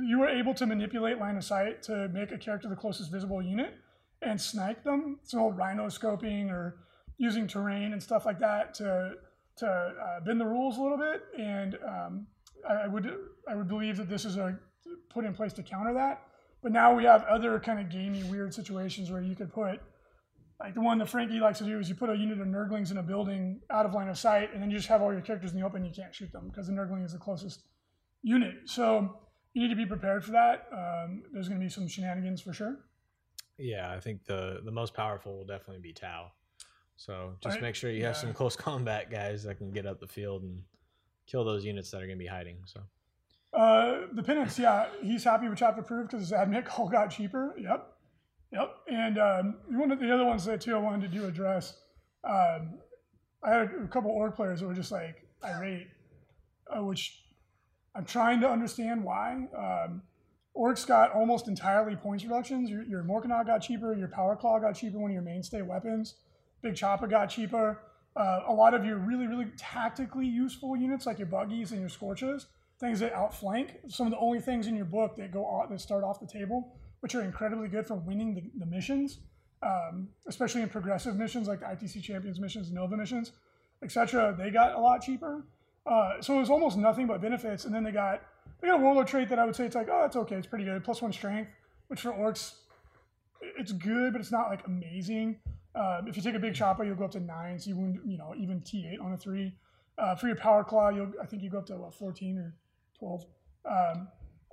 Speaker 1: you were able to manipulate line of sight to make a character the closest visible unit and snipe them. So rhino scoping or using terrain and stuff like that to to uh, bend the rules a little bit. And um, I, I would I would believe that this is a put in place to counter that. But now we have other kind of gamey, weird situations where you could put, like the one that Frankie likes to do is you put a unit of Nerglings in a building out of line of sight, and then you just have all your characters in the open. You can't shoot them because the Nergling is the closest unit. So you need to be prepared for that. Um, there's going to be some shenanigans for sure.
Speaker 3: Yeah, I think the the most powerful will definitely be Tau. So just
Speaker 1: Right,
Speaker 3: make sure you have
Speaker 1: yeah.
Speaker 3: some close combat guys that can get up the field and kill those units that are going to be hiding. So
Speaker 1: Uh, the penance, yeah, he's happy with chapter proof because his admin call got cheaper. Yep, yep. And um, one of the other ones that too I wanted to do address. Um, I had a couple org players that were just like irate, uh, which I'm trying to understand why. Um, orcs got almost entirely points reductions. Your, your Morkanot got cheaper. Your Power Claw got cheaper. One of your mainstay weapons. Big Chopper got cheaper. Uh, a lot of your really, really tactically useful units like your Buggies and your Scorches things that outflank some of the only things in your book that go off, that start off the table, which are incredibly good for winning the, the missions, um, especially in progressive missions like the ITC Champions missions, Nova missions, etc. They got a lot cheaper, uh, so it was almost nothing but benefits. And then they got they got a warlord trait that I would say it's like oh that's okay, it's pretty good, plus one strength, which for orcs it's good, but it's not like amazing. Um, if you take a big chopper, you'll go up to nine, so you wound you know even T8 on a three. Uh, for your power claw, you'll I think you go up to what, 14 or 12. Um,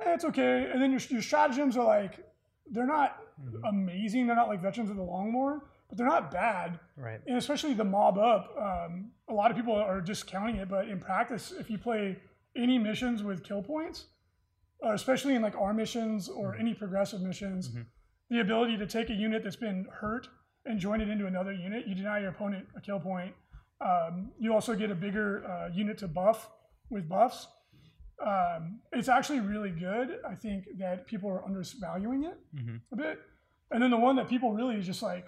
Speaker 1: eh, it's okay. And then your, your stratagems are like, they're not
Speaker 2: Mm-hmm.
Speaker 1: Uh, amazing. They're not like Veterans of the Longmore, but they're not bad.
Speaker 2: Right.
Speaker 1: And especially the mob up, um, a lot of people are discounting it, but in practice, if you play any missions with kill points, or especially in like our missions or any progressive missions,
Speaker 2: Mhm.
Speaker 1: the ability to take a unit that's been hurt and join it into another unit, you deny your opponent a kill point. Um, you also get a bigger uh, unit to buff with buffs. Um, it's actually really good. I think that people are undervaluing it
Speaker 2: Mm-hmm.
Speaker 1: a bit. And then the one that people really just like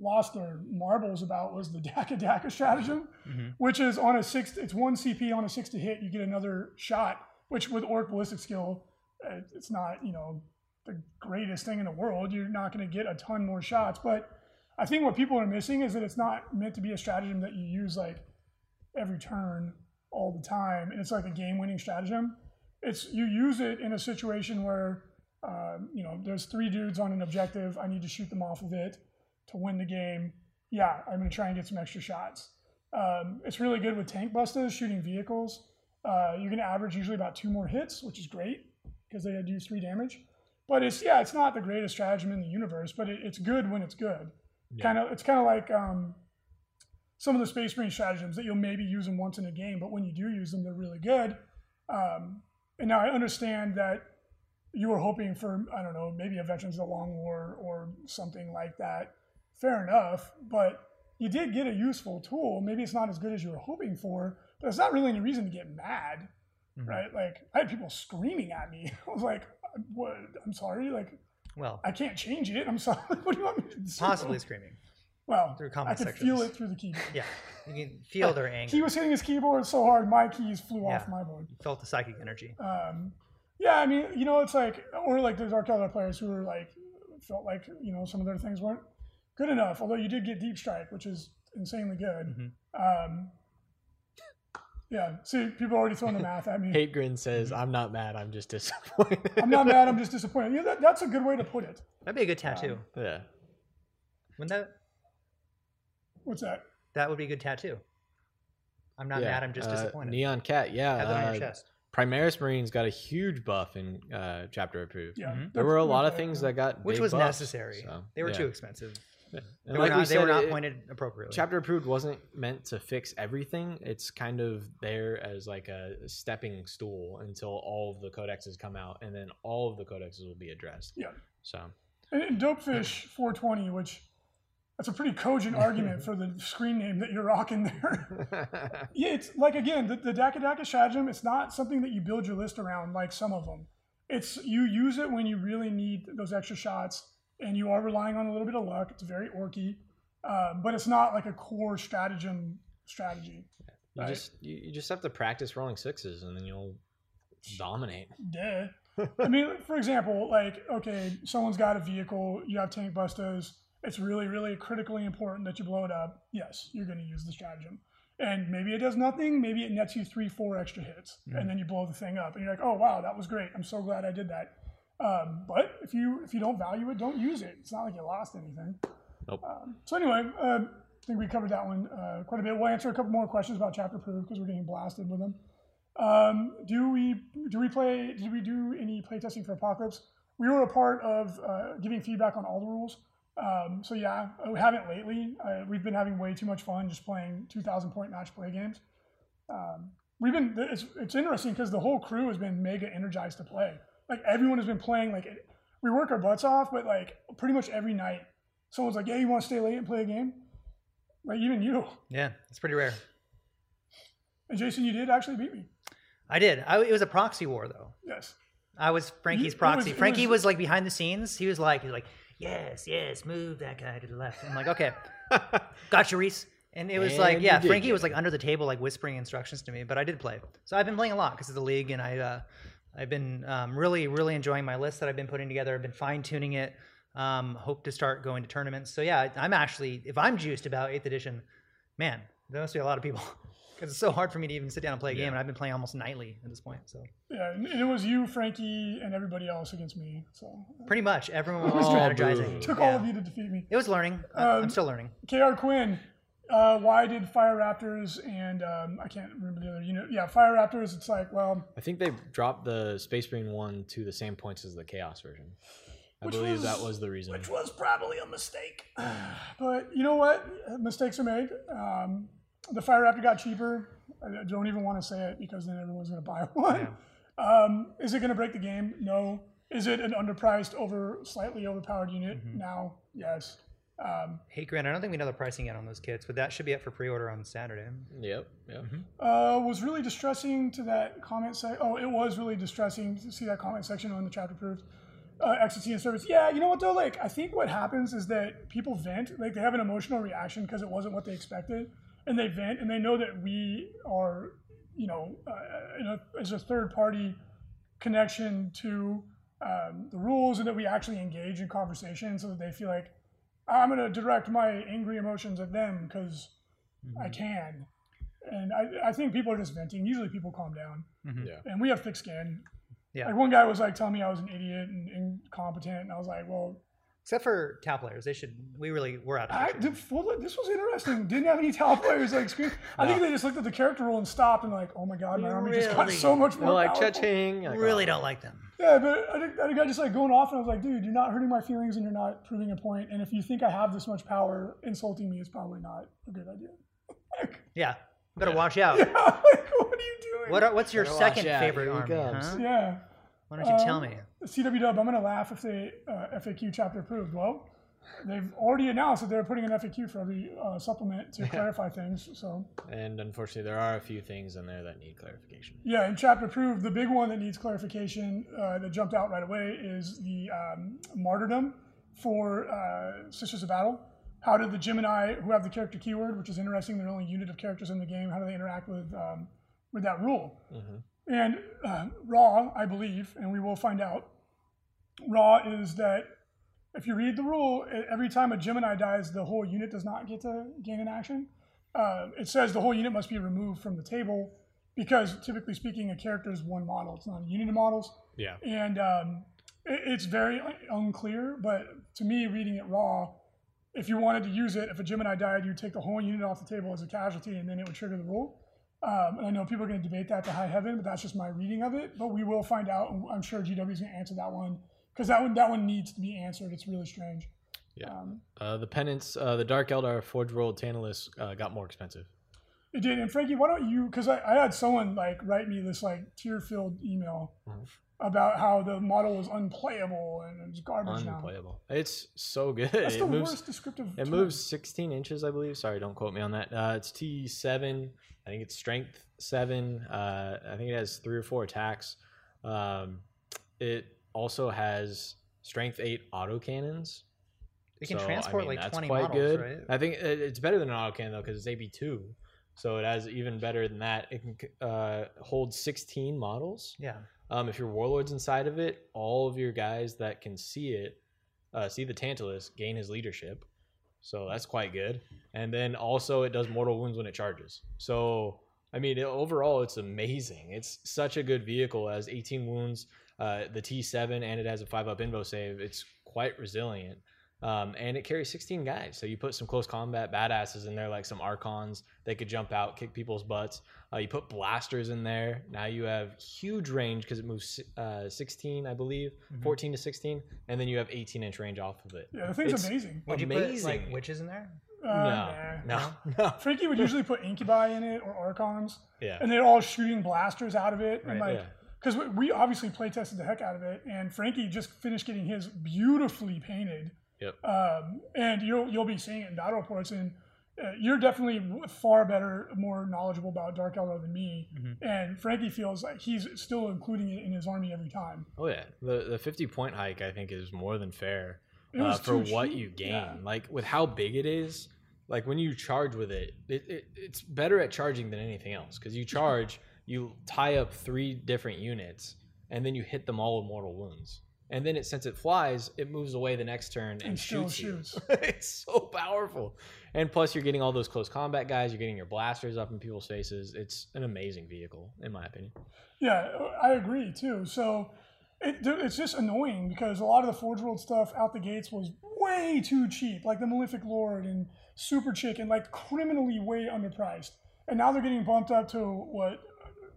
Speaker 1: lost their marbles about was the Daka Daka stratagem,
Speaker 2: Mhm.
Speaker 1: which is on a six, it's one CP on a six to hit, you get another shot, which with Orc Ballistic Skill, uh, it's not, you know, the greatest thing in the world. You're not going to get a ton more shots. But I think what people are missing is that it's not meant to be a stratagem that you use like every turn all the time. And it's like a game winning stratagem. It's you use it in a situation where um, you know, there's three dudes on an objective. I need to shoot them off of it to win the game. Yeah, I'm going to try and get some extra shots. Um, it's really good with tank busters, shooting vehicles. Uh, you can average usually about two more hits, which is great because they do three damage. But it's yeah, it's not the greatest stratagem in the universe, but it, it's good when it's good.
Speaker 3: Yeah.
Speaker 1: Kind of, it's kind of like um, some of the Space Marine stratagems that you'll maybe use them once in a game, but when you do use them, they're really good. Um, and now I understand that you were hoping for I don't know maybe a Veterans of the Long War or something like that. Fair enough, but you did get a useful tool. Maybe it's not as good as you were hoping for, but it's not really any reason to get mad,
Speaker 2: Mhm.
Speaker 1: right? Like I had people screaming at me. I was like, "What? I'm sorry. Like
Speaker 2: Well,
Speaker 1: I can't change it. I'm sorry. What do you want me to do?"
Speaker 2: possibly screaming.
Speaker 1: Well,
Speaker 2: through
Speaker 1: I
Speaker 2: comment
Speaker 1: could
Speaker 2: sections.
Speaker 1: feel it through the keyboard.
Speaker 2: Yeah, you can feel their anger.
Speaker 1: He was hitting his keyboard so hard, my keys flew off
Speaker 2: Yeah.
Speaker 1: my board.
Speaker 2: felt the psychic energy.
Speaker 1: Um, yeah, I mean, you know, it's like, or like there's Arcada players who are like, felt like, you know, some of their things weren't good enough, although you did get Deep Strike, which is insanely good.
Speaker 2: Mhm.
Speaker 3: Mm-hmm.
Speaker 1: Um, yeah, see, people are already throwing the math at me.
Speaker 3: Hate Grin says,
Speaker 2: Mm-hmm.
Speaker 3: "I'm not mad. I'm just disappointed."
Speaker 1: I'm not mad, I'm just disappointed. Yeah, that, that's a good way to put it.
Speaker 2: That'd be a good tattoo.
Speaker 3: yeah.
Speaker 2: Wouldn't that?
Speaker 1: What's that?
Speaker 2: That would be a good tattoo. I'm not
Speaker 3: yeah.
Speaker 2: mad. I'm just
Speaker 3: Uh,
Speaker 2: disappointed.
Speaker 3: Neon Cat, yeah.
Speaker 2: Have that on
Speaker 3: uh,
Speaker 2: your chest.
Speaker 3: Primaris Marines got a huge buff in uh, chapter approved.
Speaker 1: Yeah.
Speaker 2: Mhm.
Speaker 3: There were a lot of things that got
Speaker 2: Which
Speaker 3: big
Speaker 2: was
Speaker 3: buffs,
Speaker 2: necessary.
Speaker 3: so,
Speaker 2: they were
Speaker 3: yeah.
Speaker 2: too expensive.
Speaker 3: And
Speaker 2: They were
Speaker 3: like
Speaker 2: not,
Speaker 3: we
Speaker 2: they were
Speaker 3: said,
Speaker 2: not
Speaker 3: it-
Speaker 2: pointed appropriately.
Speaker 3: Chapter approved wasn't meant to fix everything. It's kind of there as like a stepping stool until all of the codexes come out, and then all of the codexes will be addressed.
Speaker 1: Yeah.
Speaker 3: So
Speaker 1: And, and Dopefish 420, which That's a pretty cogent argument for the screen name that you're rocking there. yeah, it's like again, the, the Daka Daka stratagem, it's not something that you build your list around like some of them. It's you use it when you really need those extra shots and you are relying on a little bit of luck. It's very orky, uh, but it's not like a core stratagem strategy.
Speaker 3: you
Speaker 1: Right.
Speaker 3: just you, you just have to practice rolling sixes, and then you'll dominate.
Speaker 1: Duh. I mean, for example, like, okay, someone's got a vehicle, you have tank bustos, it's really, really critically important that you blow it up. Yes, you're going to use the stratagem. And maybe it does nothing, maybe it nets you three, four extra hits,
Speaker 3: Mhm.
Speaker 1: and then you blow the thing up. And you're like, oh, wow, that was great. I'm so glad I did that. Um, but if you if you don't value it, don't use it. It's not like you lost anything.
Speaker 3: Nope.
Speaker 1: Um, so anyway, uh, I think we covered that one uh, quite a bit. We'll answer a couple more questions about chapter proof because we're getting blasted with them. Um, do we do we play? Did we do any playtesting for Apocalypse? We were a part of uh, giving feedback on all the rules. Um, so yeah, uh, we haven't lately. Uh, we've been having way too much fun just playing 2,000 point match play games. Um, we've been it's, it's interesting because the whole crew has been mega energized to play. Like everyone has been playing. Like it, we work our butts off, but like pretty much every night, someone's like, "Yeah, you want to stay late and play a game?" Like even you
Speaker 2: Yeah, it's pretty rare.
Speaker 1: and Jason, you did actually beat me.
Speaker 2: I did. I, it was a proxy war though.
Speaker 1: Yes.
Speaker 2: I was
Speaker 1: You-
Speaker 2: Frankie's
Speaker 1: it was-
Speaker 2: proxy.
Speaker 1: it
Speaker 2: Frankie
Speaker 1: was-
Speaker 2: was, like behind the scenes. He was like, he was like, yes, yes, move that guy to the left. I'm like, okay, gotcha, Reese. And it was like,
Speaker 3: And
Speaker 2: yeah,
Speaker 3: you did
Speaker 2: Frankie
Speaker 3: get
Speaker 2: was like under the table, like whispering instructions to me. But I did play, so I've been playing a lot because of the league, and I, uh, I've been um, really, really enjoying my list that I've been putting together. I've been fine tuning it. Um, hope to start going to tournaments. So yeah, I- I'm actually, if I'm juiced about Eighth Edition, man, there must be a lot of people because it's so hard for me to even sit down and play a
Speaker 3: Yeah.
Speaker 2: game. And I've been playing almost nightly at this point. So
Speaker 1: Yeah, and and it was you, Frankie, and everybody else against me. So
Speaker 2: pretty much everyone was
Speaker 1: Oh,
Speaker 3: boo.
Speaker 2: strategizing.
Speaker 1: took all
Speaker 2: Yeah.
Speaker 1: of you to defeat me.
Speaker 2: It was learning. I-
Speaker 1: Um,
Speaker 2: I'm still learning.
Speaker 1: Kr Quinn, uh, why did Fire Raptors and um, I can't remember the other unit? Yeah, Fire Raptors. It's like, well,
Speaker 3: I think they dropped the Space Marine one to the same points as the Chaos version. I
Speaker 1: Which
Speaker 3: believe that
Speaker 1: was-
Speaker 3: was the reason.
Speaker 1: which was probably a mistake. but you know what? Mistakes are made. Um, the Fire Raptor got cheaper. I don't even want to say it because then everyone's going to buy one. Um, is it going to break the game? No. Is it an underpriced, over slightly overpowered unit?
Speaker 2: Mhm.
Speaker 1: Now, yes. Um,
Speaker 2: Hey, Grant, I don't think we know the pricing yet on those kits, but that should be up for pre-order on Saturday.
Speaker 3: Yep. Yep.
Speaker 2: Mm-hmm.
Speaker 1: uh, was really distressing to that comment section. Oh, it was really distressing to see that comment section on the chapter proofs. Uh, ecstasy and service. Yeah, you know what though? Like, I think what happens is that people vent. Like, they have an emotional reaction because it wasn't what they expected, and they vent, and they know that we are, you know, uh, in a, as a third party connection to um, the rules, and that we actually engage in conversation, so that they feel like I'm going to direct my angry emotions at them because I can. And I, I think people are just venting. Usually people calm down.
Speaker 2: Mhm.
Speaker 3: Yeah.
Speaker 1: And we have thick skin.
Speaker 2: Yeah.
Speaker 1: Like one guy was like telling me I was an idiot and incompetent, and I was like, well,
Speaker 2: Except for tau players, they should. We really we're out of
Speaker 1: I,
Speaker 2: touch.
Speaker 1: did, well, this was interesting. Didn't have any top players like screen. I think
Speaker 3: No.
Speaker 1: they just looked at the character roll and stopped and like, oh my god, my army just got
Speaker 2: Really?
Speaker 1: so much
Speaker 3: They're
Speaker 1: more.
Speaker 3: like
Speaker 1: powerful."
Speaker 3: cha-ching. You're like,
Speaker 2: really
Speaker 3: "Oh."
Speaker 2: don't like them.
Speaker 1: Yeah, but I think I think I just like going off, and I was like, dude, you're not hurting my feelings, and you're not proving a point. And if you think I have this much power, insulting me is probably not a good idea.
Speaker 2: Yeah, better
Speaker 3: Yeah.
Speaker 2: watch out.
Speaker 1: yeah, like, what are you doing?
Speaker 2: What are, what's your
Speaker 3: Better watch
Speaker 2: second
Speaker 3: out,
Speaker 2: favorite
Speaker 3: here he
Speaker 2: army?
Speaker 3: comes.
Speaker 2: Huh?
Speaker 1: yeah.
Speaker 2: Why don't you tell
Speaker 1: Um,
Speaker 2: me?
Speaker 1: CW Dub, I'm going to laugh if they uh, FAQ chapter approved. Well, they've already announced that they're putting an FAQ for every uh, supplement to clarify things. So,
Speaker 3: And unfortunately, there are a few things in there that need clarification.
Speaker 1: yeah, in chapter approved, the big one that needs clarification uh, that jumped out right away is the um, martyrdom for uh, Sisters of Battle. How did the Gemini, who have the character keyword, which is interesting, they're only unit of characters in the game, how do they interact with, um, with that rule?
Speaker 3: Mhm.
Speaker 1: And uh, raw, I believe, and we will find out. Raw is that if you read the rule, e- every time a Gemini dies, the whole unit does not get to gain an action. Uh, it says the whole unit must be removed from the table because, typically speaking, a character is one model. It's not a unit of models,
Speaker 3: Yeah.
Speaker 1: and um, it, it's very un- unclear. But to me, reading it raw, if you wanted to use it, if a Gemini died, you'd take the whole unit off the table as a casualty, and then it would trigger the rule. Um, and I know people are going to debate that to high heaven, but that's just my reading of it. But we will find out. and I'm sure GW is going to answer that one because that one that one needs to be answered. It's really strange.
Speaker 3: Yeah.
Speaker 1: Um,
Speaker 3: Uh, the pennants, uh, the Dark Eldar, Forge World, Tantalus uh, got more expensive.
Speaker 1: it did. And Frankie, why don't you? Because I, I had someone like write me this like tear filled email
Speaker 3: Mhm.
Speaker 1: about how the model was unplayable and it was garbage now.
Speaker 3: Unplayable. It's so good.
Speaker 1: That's
Speaker 3: it
Speaker 1: the
Speaker 3: moves.
Speaker 1: worst descriptive.
Speaker 3: It
Speaker 1: term.
Speaker 3: moves 16 inches, I believe. Sorry, don't quote me on that. Uh, it's T7. I think it's strength seven. Uh, I think it has three or four attacks. Um, it also has strength eight auto cannons.
Speaker 2: It can
Speaker 3: So, I
Speaker 2: transport
Speaker 3: mean,
Speaker 2: like
Speaker 3: that's
Speaker 2: 20
Speaker 3: quite
Speaker 2: models,
Speaker 3: good.
Speaker 2: right?
Speaker 3: I think it, it's better than an auto cannon though because it's AB two, so it has even better than that. It can c- uh, hold 16 models.
Speaker 2: Yeah.
Speaker 3: Um, if your warlord's inside of it, all of your guys that can see it, uh, see the Tantalus, gain his leadership. So that's quite good. And then also it does mortal wounds when it charges. So I mean, it- overall, it's amazing. It's such a good vehicle. It has 18 wounds, uh, the T7, and it has a five up invo save. It's quite resilient. Um, and it carries 16 guys. So you put some close combat badasses in there, like some archons. They could jump out, kick people's butts. Uh, you put blasters in there. Now you have huge range because it moves si- uh, 16, I believe,
Speaker 2: Mhm.
Speaker 3: 14 to 16, and then you have 18 inch range off of it.
Speaker 1: Yeah, the thing's
Speaker 3: It's-
Speaker 1: amazing.
Speaker 2: Would you put like
Speaker 3: Amazing.
Speaker 2: witches in there?
Speaker 1: Uh, nah.
Speaker 3: no, no, no.
Speaker 1: Frankie would usually put Incubi in it or Archons,
Speaker 3: Yeah,
Speaker 1: and they're all shooting blasters out of it. And
Speaker 2: Right,
Speaker 1: like, because we, we obviously play tested the heck out of it, and Frankie just finished getting his beautifully painted.
Speaker 3: Yep.
Speaker 1: Um, and you'll you'll be seeing it in battle reports, and uh, you're definitely far better, more knowledgeable about Dark Elder than me.
Speaker 3: Mm-hmm.
Speaker 2: Mhm.
Speaker 1: And Frankie feels like he's still including it in his army every time.
Speaker 3: Oh yeah, the the 50 point hike I think is more than fair.
Speaker 1: It
Speaker 3: uh,
Speaker 1: was
Speaker 3: for
Speaker 1: too
Speaker 3: what
Speaker 1: cheap.
Speaker 3: you gain.
Speaker 1: Yeah.
Speaker 3: Like with how big it is, like when you charge with it, it, it it's better at charging than anything else because you
Speaker 1: Mm-hmm.
Speaker 3: charge, you tie up three different units, and then you hit them all with mortal wounds. And then it since it flies, it moves away the next turn and,
Speaker 1: And still
Speaker 3: shoots. you.
Speaker 1: shoots.
Speaker 3: it's so powerful. And plus you're getting all those close combat guys, you're getting your blasters up in people's faces. It's an amazing vehicle, in my opinion.
Speaker 1: Yeah, I agree too. So it, dude, it's just annoying because a lot of the Forge World stuff out the gates was way too cheap, like the Malefic Lord and Super Chick, and like criminally way underpriced. And now they're getting bumped up to what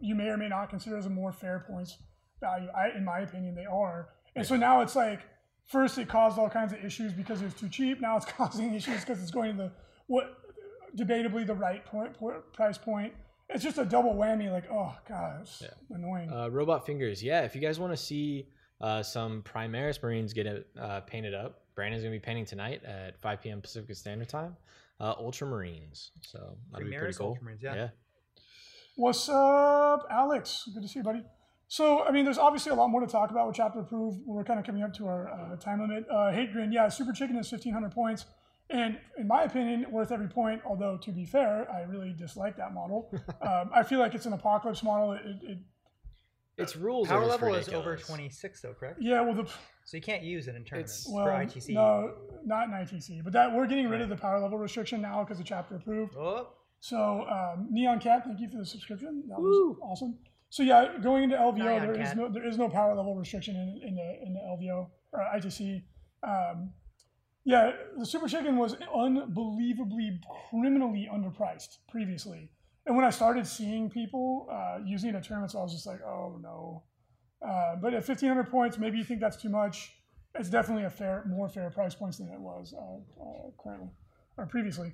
Speaker 1: you may or may not consider as a more fair points value. I, in my opinion, they are. And so now it's like first it caused all kinds of issues because it was too cheap. Now it's causing issues because it's going to the what debatably the right point, point price point. It's just a double whammy. Like oh god, it's annoying.
Speaker 3: Uh, robot fingers. Yeah, if you guys want to see uh, some Primaris Marines get it uh, painted up, Brandon's gonna be painting tonight at 5 p.m. Pacific Standard Time. Uh, Ultramarines. So that'd be pretty
Speaker 2: Primaris
Speaker 3: cool.
Speaker 2: Ultramarines, yeah.
Speaker 1: What's up, Alex? Good to see you, buddy. So, I mean, there's obviously a lot more to talk about with Chapter Approved. We're kind of coming up to our uh, time limit. Uh, Hate Grin, yeah, Super Chicken is 1,500 points. And in my opinion, worth every point, although to be fair, I really dislike that model. um, I feel like it's an apocalypse model. It, it, it,
Speaker 3: It's rules. are
Speaker 2: Uh, Power
Speaker 3: just
Speaker 2: level is over
Speaker 3: ridiculous.
Speaker 2: 26, though, correct?
Speaker 1: yeah, well, the
Speaker 2: So you can't use it in tournaments
Speaker 1: well,
Speaker 2: for ITC.
Speaker 1: no, not in ITC, but that we're getting rid of the power level restriction now because of Chapter Approved.
Speaker 2: Oh,
Speaker 1: So, um, Neon Cat, thank you for the subscription. That was
Speaker 3: Woo.
Speaker 1: awesome. So yeah, going into LVO,
Speaker 2: Neon
Speaker 1: there is
Speaker 2: Cat.
Speaker 1: no there is no power level restriction in, in the in the LVO or ITC. Um, yeah, the Super Chicken was unbelievably criminally underpriced previously, and when I started seeing people uh, using it in tournaments, I was just like, oh no. Uh, but at fifteen hundred points, maybe you think that's too much. It's definitely a fair, more fair price points than it was uh, uh, currently or previously.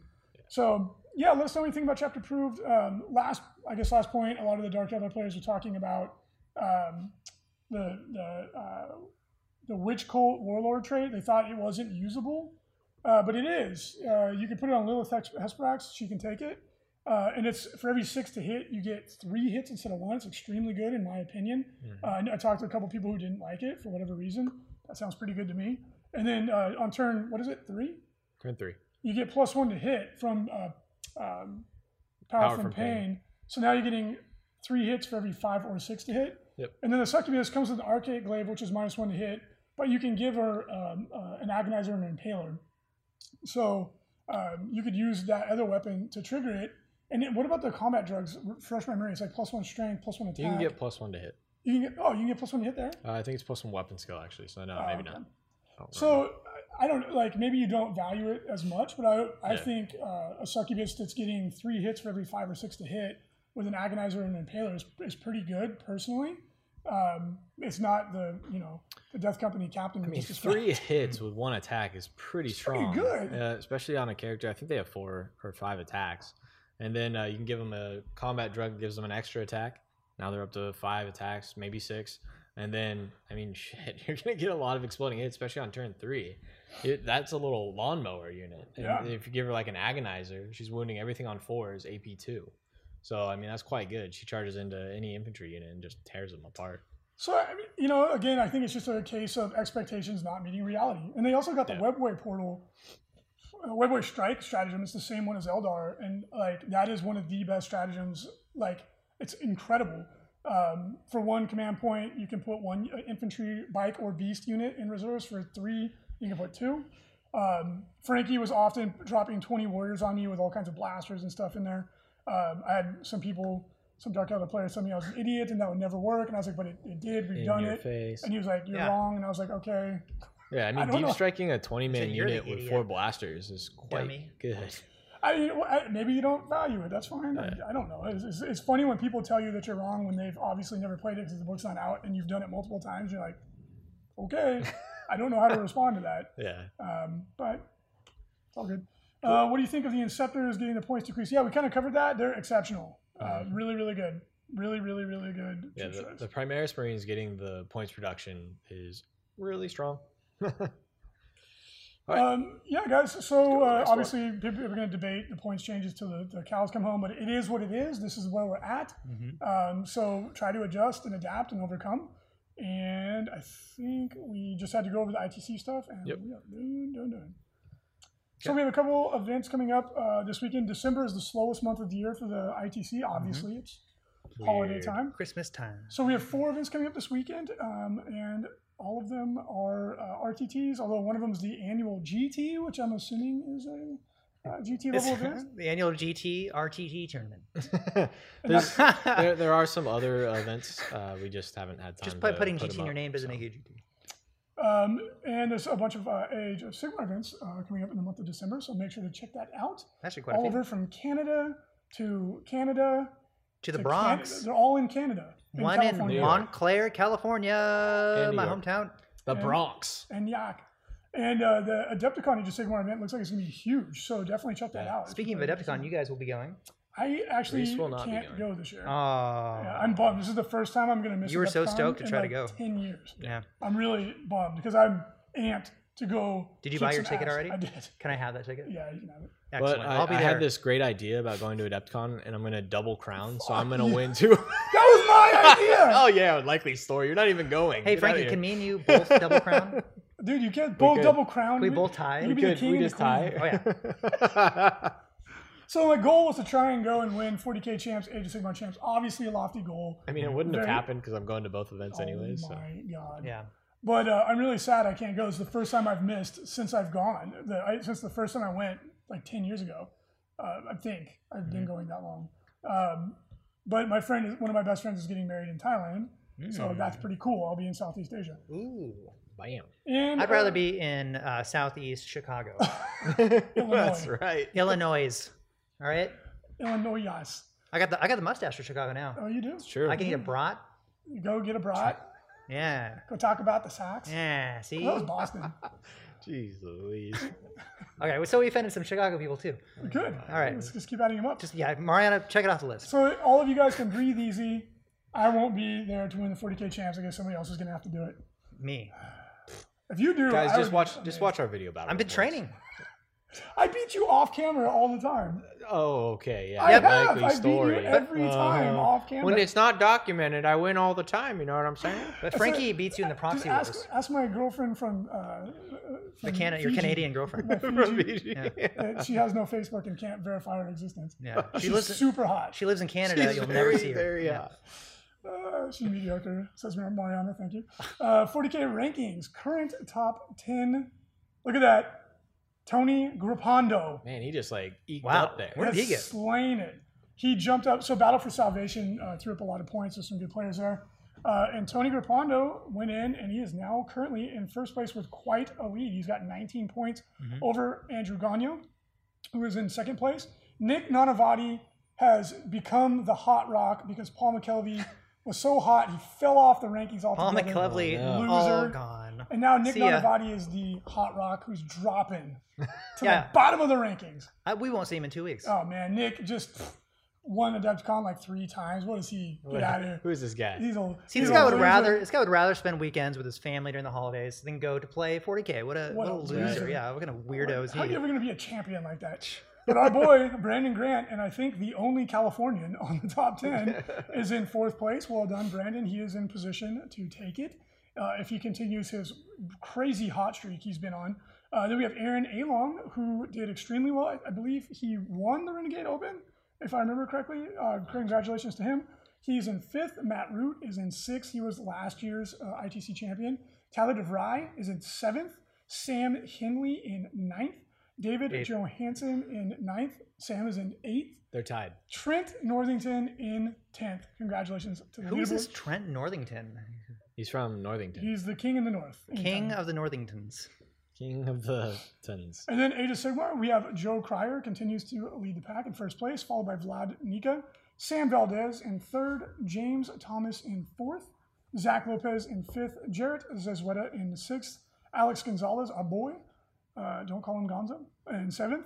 Speaker 1: So yeah, let us know what you think about Chapter Proved. Um, last, I guess, last point. A lot of the Dark Elder players were talking about um, the the uh, the Witch Cult Warlord trait. They thought it wasn't usable, uh, but it is. Uh, you can put it on Lilith Hex- Hesperax. She can take it, uh, and it's for every six to hit, you get three hits instead of one. It's extremely good, in my opinion.
Speaker 3: Mhm.
Speaker 1: Uh, I kn- I talked to a couple people who didn't like it for whatever reason. That sounds pretty good to me. And then uh, on turn, what is it? Three
Speaker 3: Turn three.
Speaker 1: you get plus one to hit from uh, um, power, from, pain. So now you're getting three hits for every five or six to hit.
Speaker 3: Yep.
Speaker 1: And then the succubus comes with an arcade glaive, which is minus one to hit, but you can give her um, uh, an agonizer and an impaler. So um, you could use that other weapon to trigger it. And then what about the combat drugs? Refresh my memory. It's like plus one strength, plus one attack.
Speaker 3: You can get plus one to hit.
Speaker 1: You can get- oh, you can get plus one to hit there.
Speaker 3: Uh, I think it's plus one weapon skill actually. So no,
Speaker 1: Oh,
Speaker 3: maybe
Speaker 1: okay.
Speaker 3: not. I don't remember.
Speaker 1: So I I don't like maybe you don't value it as much, but I I
Speaker 3: Yeah.
Speaker 1: think uh, a succubus that's getting three hits for every five or six to hit with an agonizer and an impaler is, is pretty good personally. Um, it's not the you know the Death Company captain.
Speaker 3: I
Speaker 1: who
Speaker 3: mean,
Speaker 1: just described-
Speaker 3: three hits with one attack is pretty
Speaker 1: It's pretty
Speaker 3: strong.
Speaker 1: good.
Speaker 3: Uh, especially on a character. I think they have four or five attacks. And then uh, you can give them a combat drug, gives them an extra attack. Now they're up to five attacks, maybe six. And then, I mean, shit, you're gonna get a lot of exploding hits, especially on turn three. It, that's a little lawnmower unit. And
Speaker 1: Yeah.
Speaker 3: If you give her like an agonizer, she's wounding everything on fours, AP two. So I mean, that's quite good. She charges into any infantry unit and just tears them apart.
Speaker 1: So I mean, you know, again, I think it's just a case of expectations not meeting reality. And they also got the
Speaker 3: Yeah.
Speaker 1: Webway portal, uh, Webway Strike stratagem. It's the same one as Eldar, and like that is one of the best stratagems. Like it's incredible. Um, for one command point, you can put one uh, infantry, bike, or beast unit in reserves. For three, you can put two. Um, Frankie was often dropping 20 warriors on me with all kinds of blasters and stuff in there. Um, I had some people, some Dark Elder players tell me I was an idiot and that would never work. And I was like, but it, it did. We've
Speaker 3: In
Speaker 1: done
Speaker 3: your
Speaker 1: it.
Speaker 3: face.
Speaker 1: And he was like, you're
Speaker 2: Yeah.
Speaker 1: wrong. And I was like, okay.
Speaker 3: Yeah, I mean,
Speaker 1: I don't
Speaker 3: deep
Speaker 1: know.
Speaker 3: striking a 20 man
Speaker 2: Said you're the
Speaker 3: unit with
Speaker 2: idiot.
Speaker 3: four blasters is quite
Speaker 2: Dummy.
Speaker 3: good.
Speaker 1: I, well, I- maybe you don't value it. That's fine. I, I don't know. It's, it's, it's funny when people tell you that you're wrong when they've obviously never played it because the book's not out and you've done it multiple times. You're like, okay. I don't know how to respond to that.
Speaker 3: Yeah.
Speaker 1: Um, but it's all good. Uh, what do you think of the Inceptors getting the points decreased? Yeah, we kind of covered that. They're exceptional. Uh,
Speaker 3: Mhm.
Speaker 1: really, really good. Really, really, really good.
Speaker 3: Yeah,
Speaker 1: troop
Speaker 3: the,
Speaker 1: size.
Speaker 3: the Primaris Marines getting the points production is really strong. All
Speaker 2: Uh,
Speaker 3: right.
Speaker 1: Um, yeah, guys.
Speaker 3: to
Speaker 1: So
Speaker 3: the
Speaker 1: uh,
Speaker 3: next one.
Speaker 1: obviously, people are going to debate the points changes till the, the cows come home, but it is what it is. This is where we're at.
Speaker 2: Mhm.
Speaker 1: Um, so try to adjust and adapt and overcome. And I think we just had to go over the ITC stuff, and
Speaker 3: Yep.
Speaker 1: we are done, done, done. So
Speaker 3: Okay.
Speaker 1: we have a couple events coming up uh, this weekend. December is the slowest month of the year for the ITC. Obviously, it's holiday
Speaker 3: Mm-hmm. Weird.
Speaker 1: time.
Speaker 2: Christmas time.
Speaker 1: So we have four events coming up this weekend, um, and all of them are uh, RTTs. Although one of them is the annual GT, which I'm assuming is a uh, GT level
Speaker 2: It's
Speaker 1: event.
Speaker 2: the annual GT RTT tournament.
Speaker 3: There's- there, there are some other events uh, we just haven't had time.
Speaker 2: Just by
Speaker 3: to
Speaker 2: putting
Speaker 3: put
Speaker 2: GT in
Speaker 3: them
Speaker 2: your
Speaker 3: up,
Speaker 2: name doesn't
Speaker 3: so.
Speaker 2: make you GT.
Speaker 1: Um, and there's a bunch of uh, Age of Sigmar events uh, coming up in the month of December, so make sure to check that out.
Speaker 2: Actually, quite a
Speaker 1: All
Speaker 2: few.
Speaker 1: over from Canada to Canada
Speaker 2: To the
Speaker 1: to
Speaker 2: Bronx.
Speaker 1: Canada. They're all in Canada. In
Speaker 2: One
Speaker 1: California.
Speaker 2: in
Speaker 3: New York.
Speaker 2: Montclair, California,
Speaker 3: And New
Speaker 2: my
Speaker 3: York.
Speaker 2: hometown.
Speaker 3: The
Speaker 1: Yeah.
Speaker 3: Bronx.
Speaker 1: and Yak. And uh, the Adepticon Age of Sigmar event looks like it's going to be huge, so definitely check that
Speaker 3: Yeah.
Speaker 1: out. It's
Speaker 2: Speaking of
Speaker 1: really
Speaker 2: Adepticon, you guys will be going.
Speaker 1: I actually
Speaker 3: Reese will not be
Speaker 1: can't
Speaker 3: going.
Speaker 1: go this year.
Speaker 2: Oh,
Speaker 1: Yeah, I'm bummed. This is the first time I'm going to miss.
Speaker 2: You were so
Speaker 1: Adepticon
Speaker 2: stoked to
Speaker 1: in,
Speaker 2: try to
Speaker 1: like,
Speaker 2: go.
Speaker 1: Ten years.
Speaker 2: Yeah.
Speaker 1: I'm really bummed because I'm amped to go.
Speaker 2: Did you
Speaker 1: kick
Speaker 2: buy your
Speaker 1: some
Speaker 2: ticket
Speaker 1: ass.
Speaker 2: already?
Speaker 1: I did.
Speaker 2: Can I have that ticket?
Speaker 1: Yeah, you can have it.
Speaker 2: Excellent.
Speaker 3: But I,
Speaker 2: will be
Speaker 3: I
Speaker 2: there.
Speaker 3: had this great idea about going to Adepticon, and I'm gonna double crown, so I'm
Speaker 1: Fuck
Speaker 3: gonna
Speaker 1: you.
Speaker 3: win two.
Speaker 1: That was my idea,
Speaker 3: oh yeah, likely story. You're not even going.
Speaker 2: Hey,
Speaker 3: Get outta
Speaker 2: Frankie,
Speaker 3: here.
Speaker 2: can me and you both double crown?
Speaker 1: dude. You can't both
Speaker 3: could.
Speaker 1: double crown.
Speaker 2: Can we both tie?
Speaker 1: you
Speaker 3: we
Speaker 1: be the
Speaker 3: could
Speaker 1: king
Speaker 3: we
Speaker 1: and the
Speaker 3: just tie? Oh, yeah.
Speaker 1: So my goal was to try and go and win 40k champs, Age of Sigmar champs. Obviously a lofty goal.
Speaker 3: I mean, it wouldn't have
Speaker 1: Very-
Speaker 3: happened because I'm going to both events anyways.
Speaker 1: oh
Speaker 3: So.
Speaker 1: my god.
Speaker 2: Yeah.
Speaker 1: But uh, I'm really sad I can't go. It's the first time I've missed since I've gone. The, I, since the first time I went, like 10 years ago, uh, I think I've been
Speaker 3: Mm-hmm.
Speaker 1: going that long. Um, but my friend, is, one of my best friends, is getting married in Thailand, so
Speaker 3: Mm.
Speaker 1: that's pretty cool. I'll be in Southeast Asia.
Speaker 2: Mm. Ooh.
Speaker 3: Bam.
Speaker 1: And
Speaker 2: I'd rather
Speaker 1: uh,
Speaker 2: be in uh, Southeast Chicago,
Speaker 3: That's
Speaker 1: Illinois.
Speaker 3: right.
Speaker 2: Illinois. All right.
Speaker 1: Illinois. yes.
Speaker 2: I got the I got the mustache for Chicago now.
Speaker 1: Oh, you do?
Speaker 3: True.
Speaker 2: I can eat a brat.
Speaker 1: Go get a brat.
Speaker 2: Yeah.
Speaker 1: Go talk about the Sox.
Speaker 2: Yeah. See.
Speaker 1: Well, that was Boston.
Speaker 3: Jeez Louise.
Speaker 2: Okay. So we offended some Chicago people too.
Speaker 1: Good.
Speaker 2: All right.
Speaker 1: Let's just keep adding them up.
Speaker 2: Just yeah, Mariana, check it off the list.
Speaker 1: So all of you guys can breathe easy. I won't be there to win the 40k champs. I guess somebody else is gonna have to do it.
Speaker 2: Me.
Speaker 1: If you do,
Speaker 3: Guys,
Speaker 1: I
Speaker 3: just
Speaker 1: would-
Speaker 3: watch. Just watch our video battle.
Speaker 2: I've been
Speaker 3: reports.
Speaker 2: training.
Speaker 1: I beat you off camera all the time.
Speaker 3: Oh, okay. Yeah.
Speaker 1: I have.
Speaker 3: likely
Speaker 1: I beat you every time Oh,
Speaker 3: Uh,
Speaker 1: off camera.
Speaker 3: When it's not documented, I win all the time. You know what I'm saying?
Speaker 2: But Frankie beats you in the
Speaker 1: Just
Speaker 2: proxy
Speaker 1: ask,
Speaker 2: wars.
Speaker 1: ask my girlfriend from, uh, uh,
Speaker 2: The
Speaker 1: from
Speaker 2: Cana- your
Speaker 1: Fiji.
Speaker 2: Canadian girlfriend.
Speaker 1: My Fiji,
Speaker 3: Yeah.
Speaker 1: that she has no Facebook and can't verify her existence.
Speaker 2: Yeah. She
Speaker 1: She's
Speaker 2: lives.
Speaker 1: super hot.
Speaker 2: She lives in Canada.
Speaker 3: She's
Speaker 2: You'll
Speaker 3: very,
Speaker 2: never see her.
Speaker 3: very
Speaker 2: Yeah.
Speaker 3: hot.
Speaker 1: Uh, she's mediocre, says Mariana. Thank you. Uh, 40K rankings, current top 10. Look at that. Tony Grappondo.
Speaker 3: Man, he just like eked
Speaker 2: Wow.
Speaker 3: up there.
Speaker 2: Where did
Speaker 1: has
Speaker 2: he get?
Speaker 1: Slain it. He jumped up. So Battle for Salvation uh, threw up a lot of points. There's some good players there. Uh, and Tony Grappondo went in, and he is now currently in first place with quite a lead. He's got 19 points
Speaker 2: Mhm.
Speaker 1: over Andrew Gagno, who is in second place. Nick Nanavati has become the hot rock because Paul McKelvey was so hot he fell off the rankings
Speaker 2: Paul
Speaker 1: altogether.
Speaker 2: McClevely,
Speaker 3: Oh,
Speaker 1: no.
Speaker 2: all
Speaker 1: Loser.
Speaker 2: gone.
Speaker 1: And now Nick
Speaker 2: See ya.
Speaker 1: Nanavati is the hot rock who's dropping to
Speaker 2: Yeah.
Speaker 1: the bottom of the rankings.
Speaker 2: I, we won't see him in two weeks.
Speaker 1: Oh man, Nick Oh, just won Adepticon like three times. What is he? Get out of here.
Speaker 3: Who is this guy?
Speaker 1: He's old.
Speaker 2: See, this
Speaker 1: he's
Speaker 2: guy
Speaker 1: a
Speaker 2: would
Speaker 1: loser.
Speaker 2: rather this guy would rather spend weekends with his family during the holidays than go to play 40k. What a
Speaker 1: What
Speaker 2: what, a
Speaker 1: a
Speaker 2: loser!
Speaker 1: loser.
Speaker 2: Yeah, what kind of weirdo is
Speaker 1: How are
Speaker 2: he?
Speaker 1: you ever going to be a champion like that? But our boy Brandon Grant, and I think the only Californian on the top ten, is in fourth place. Well done, Brandon. He is in position to take it uh, if he continues his crazy hot streak he's been on. Uh, then we have Aaron Alon, who did extremely well. I- I believe he won the Renegade Open, if I remember correctly. Uh, congratulations to him. He's in fifth. Matt Root is in sixth. He was last year's uh, ITC champion. Tyler DeVry is in seventh. Sam Hinley in ninth. David
Speaker 2: Eighth.
Speaker 1: Johansson in ninth. Sam is in eighth.
Speaker 3: They're tied.
Speaker 1: Trent Northington in tenth. Congratulations to the
Speaker 2: Who is
Speaker 1: leaderboard.
Speaker 2: this Trent Northington?
Speaker 3: He's from Northington.
Speaker 1: He's the king in the north. in
Speaker 2: King
Speaker 1: tenth.
Speaker 2: of the Northingtons.
Speaker 3: King of the Tons.
Speaker 1: And then Age of Sigmar, we have Joe Cryer continues to lead the pack in first place, followed by Vlad Nika, Sam Valdez in third, James Thomas in fourth, Zach Lopez in fifth, Jarrett Zezueta in sixth, Alex Gonzalez, our boy, uh, don't call him Gonzo, in seventh,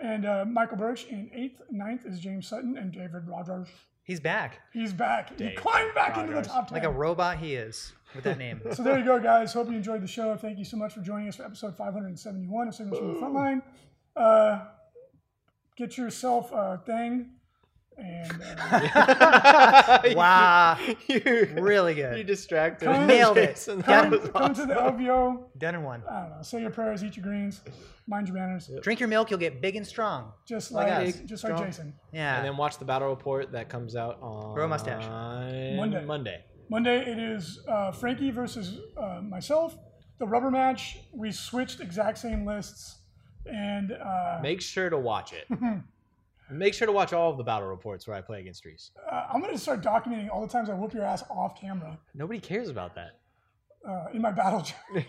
Speaker 1: and uh, Michael Birch in eighth. Ninth is James Sutton and David Rogers.
Speaker 2: He's back
Speaker 1: He's back. he
Speaker 3: Dave
Speaker 1: climbed back into the
Speaker 3: Rodgers.
Speaker 1: top ten.
Speaker 2: like a robot. He is with that name.
Speaker 1: So there you go, guys. Hope you enjoyed the show. Thank you so much for joining us for episode 571 of Signals from the Frontline. Uh, get yourself a thing. And uh,
Speaker 2: wow,
Speaker 3: you,
Speaker 2: really
Speaker 3: you
Speaker 2: good.
Speaker 3: distracted.
Speaker 1: Come-
Speaker 2: Nailed it.
Speaker 3: Jason.
Speaker 2: Got
Speaker 3: That
Speaker 1: come,
Speaker 2: it.
Speaker 3: was
Speaker 1: come to the LVO.
Speaker 2: Done in one.
Speaker 1: I don't know. Say your prayers, eat your greens, mind your manners.
Speaker 2: Drink your milk. You'll get big and strong.
Speaker 1: Just
Speaker 2: Like
Speaker 1: like,
Speaker 2: us.
Speaker 1: just like
Speaker 3: Strong.
Speaker 1: Jason.
Speaker 2: Yeah.
Speaker 3: And then watch the battle report that comes out on
Speaker 2: Grow a mustache.
Speaker 1: Monday.
Speaker 3: Monday. Monday.
Speaker 1: Monday it is uh, Frankie versus uh, myself. The rubber match. We switched exact same lists. And uh,
Speaker 3: Make sure to watch it. Make sure to watch all of the battle reports where I play against Reese.
Speaker 1: uh, I'm going to start documenting all the times I whoop your ass off camera
Speaker 3: Nobody cares about that.
Speaker 1: uh, in my battle journal.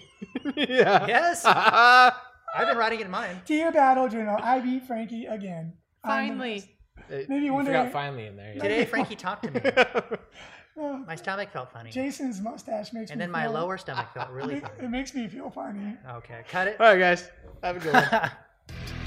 Speaker 3: yeah.
Speaker 2: yes,
Speaker 3: Yeah.
Speaker 2: I've been riding in mine.
Speaker 1: Dear Battle Journal, I beat Frankie again. I'm the best. Maybe
Speaker 3: you
Speaker 1: one day-
Speaker 3: forgot finally in there.
Speaker 2: Today, Frankie talked to me.
Speaker 1: Uh,
Speaker 2: My stomach felt funny,
Speaker 1: Jason's mustache makes
Speaker 2: and
Speaker 1: me
Speaker 2: then my
Speaker 1: feel,
Speaker 2: lower stomach felt really
Speaker 1: It,
Speaker 2: funny.
Speaker 1: it makes me feel funny.
Speaker 2: Okay, cut it.
Speaker 3: All right, guys. Have a good one.
Speaker 2: Bye.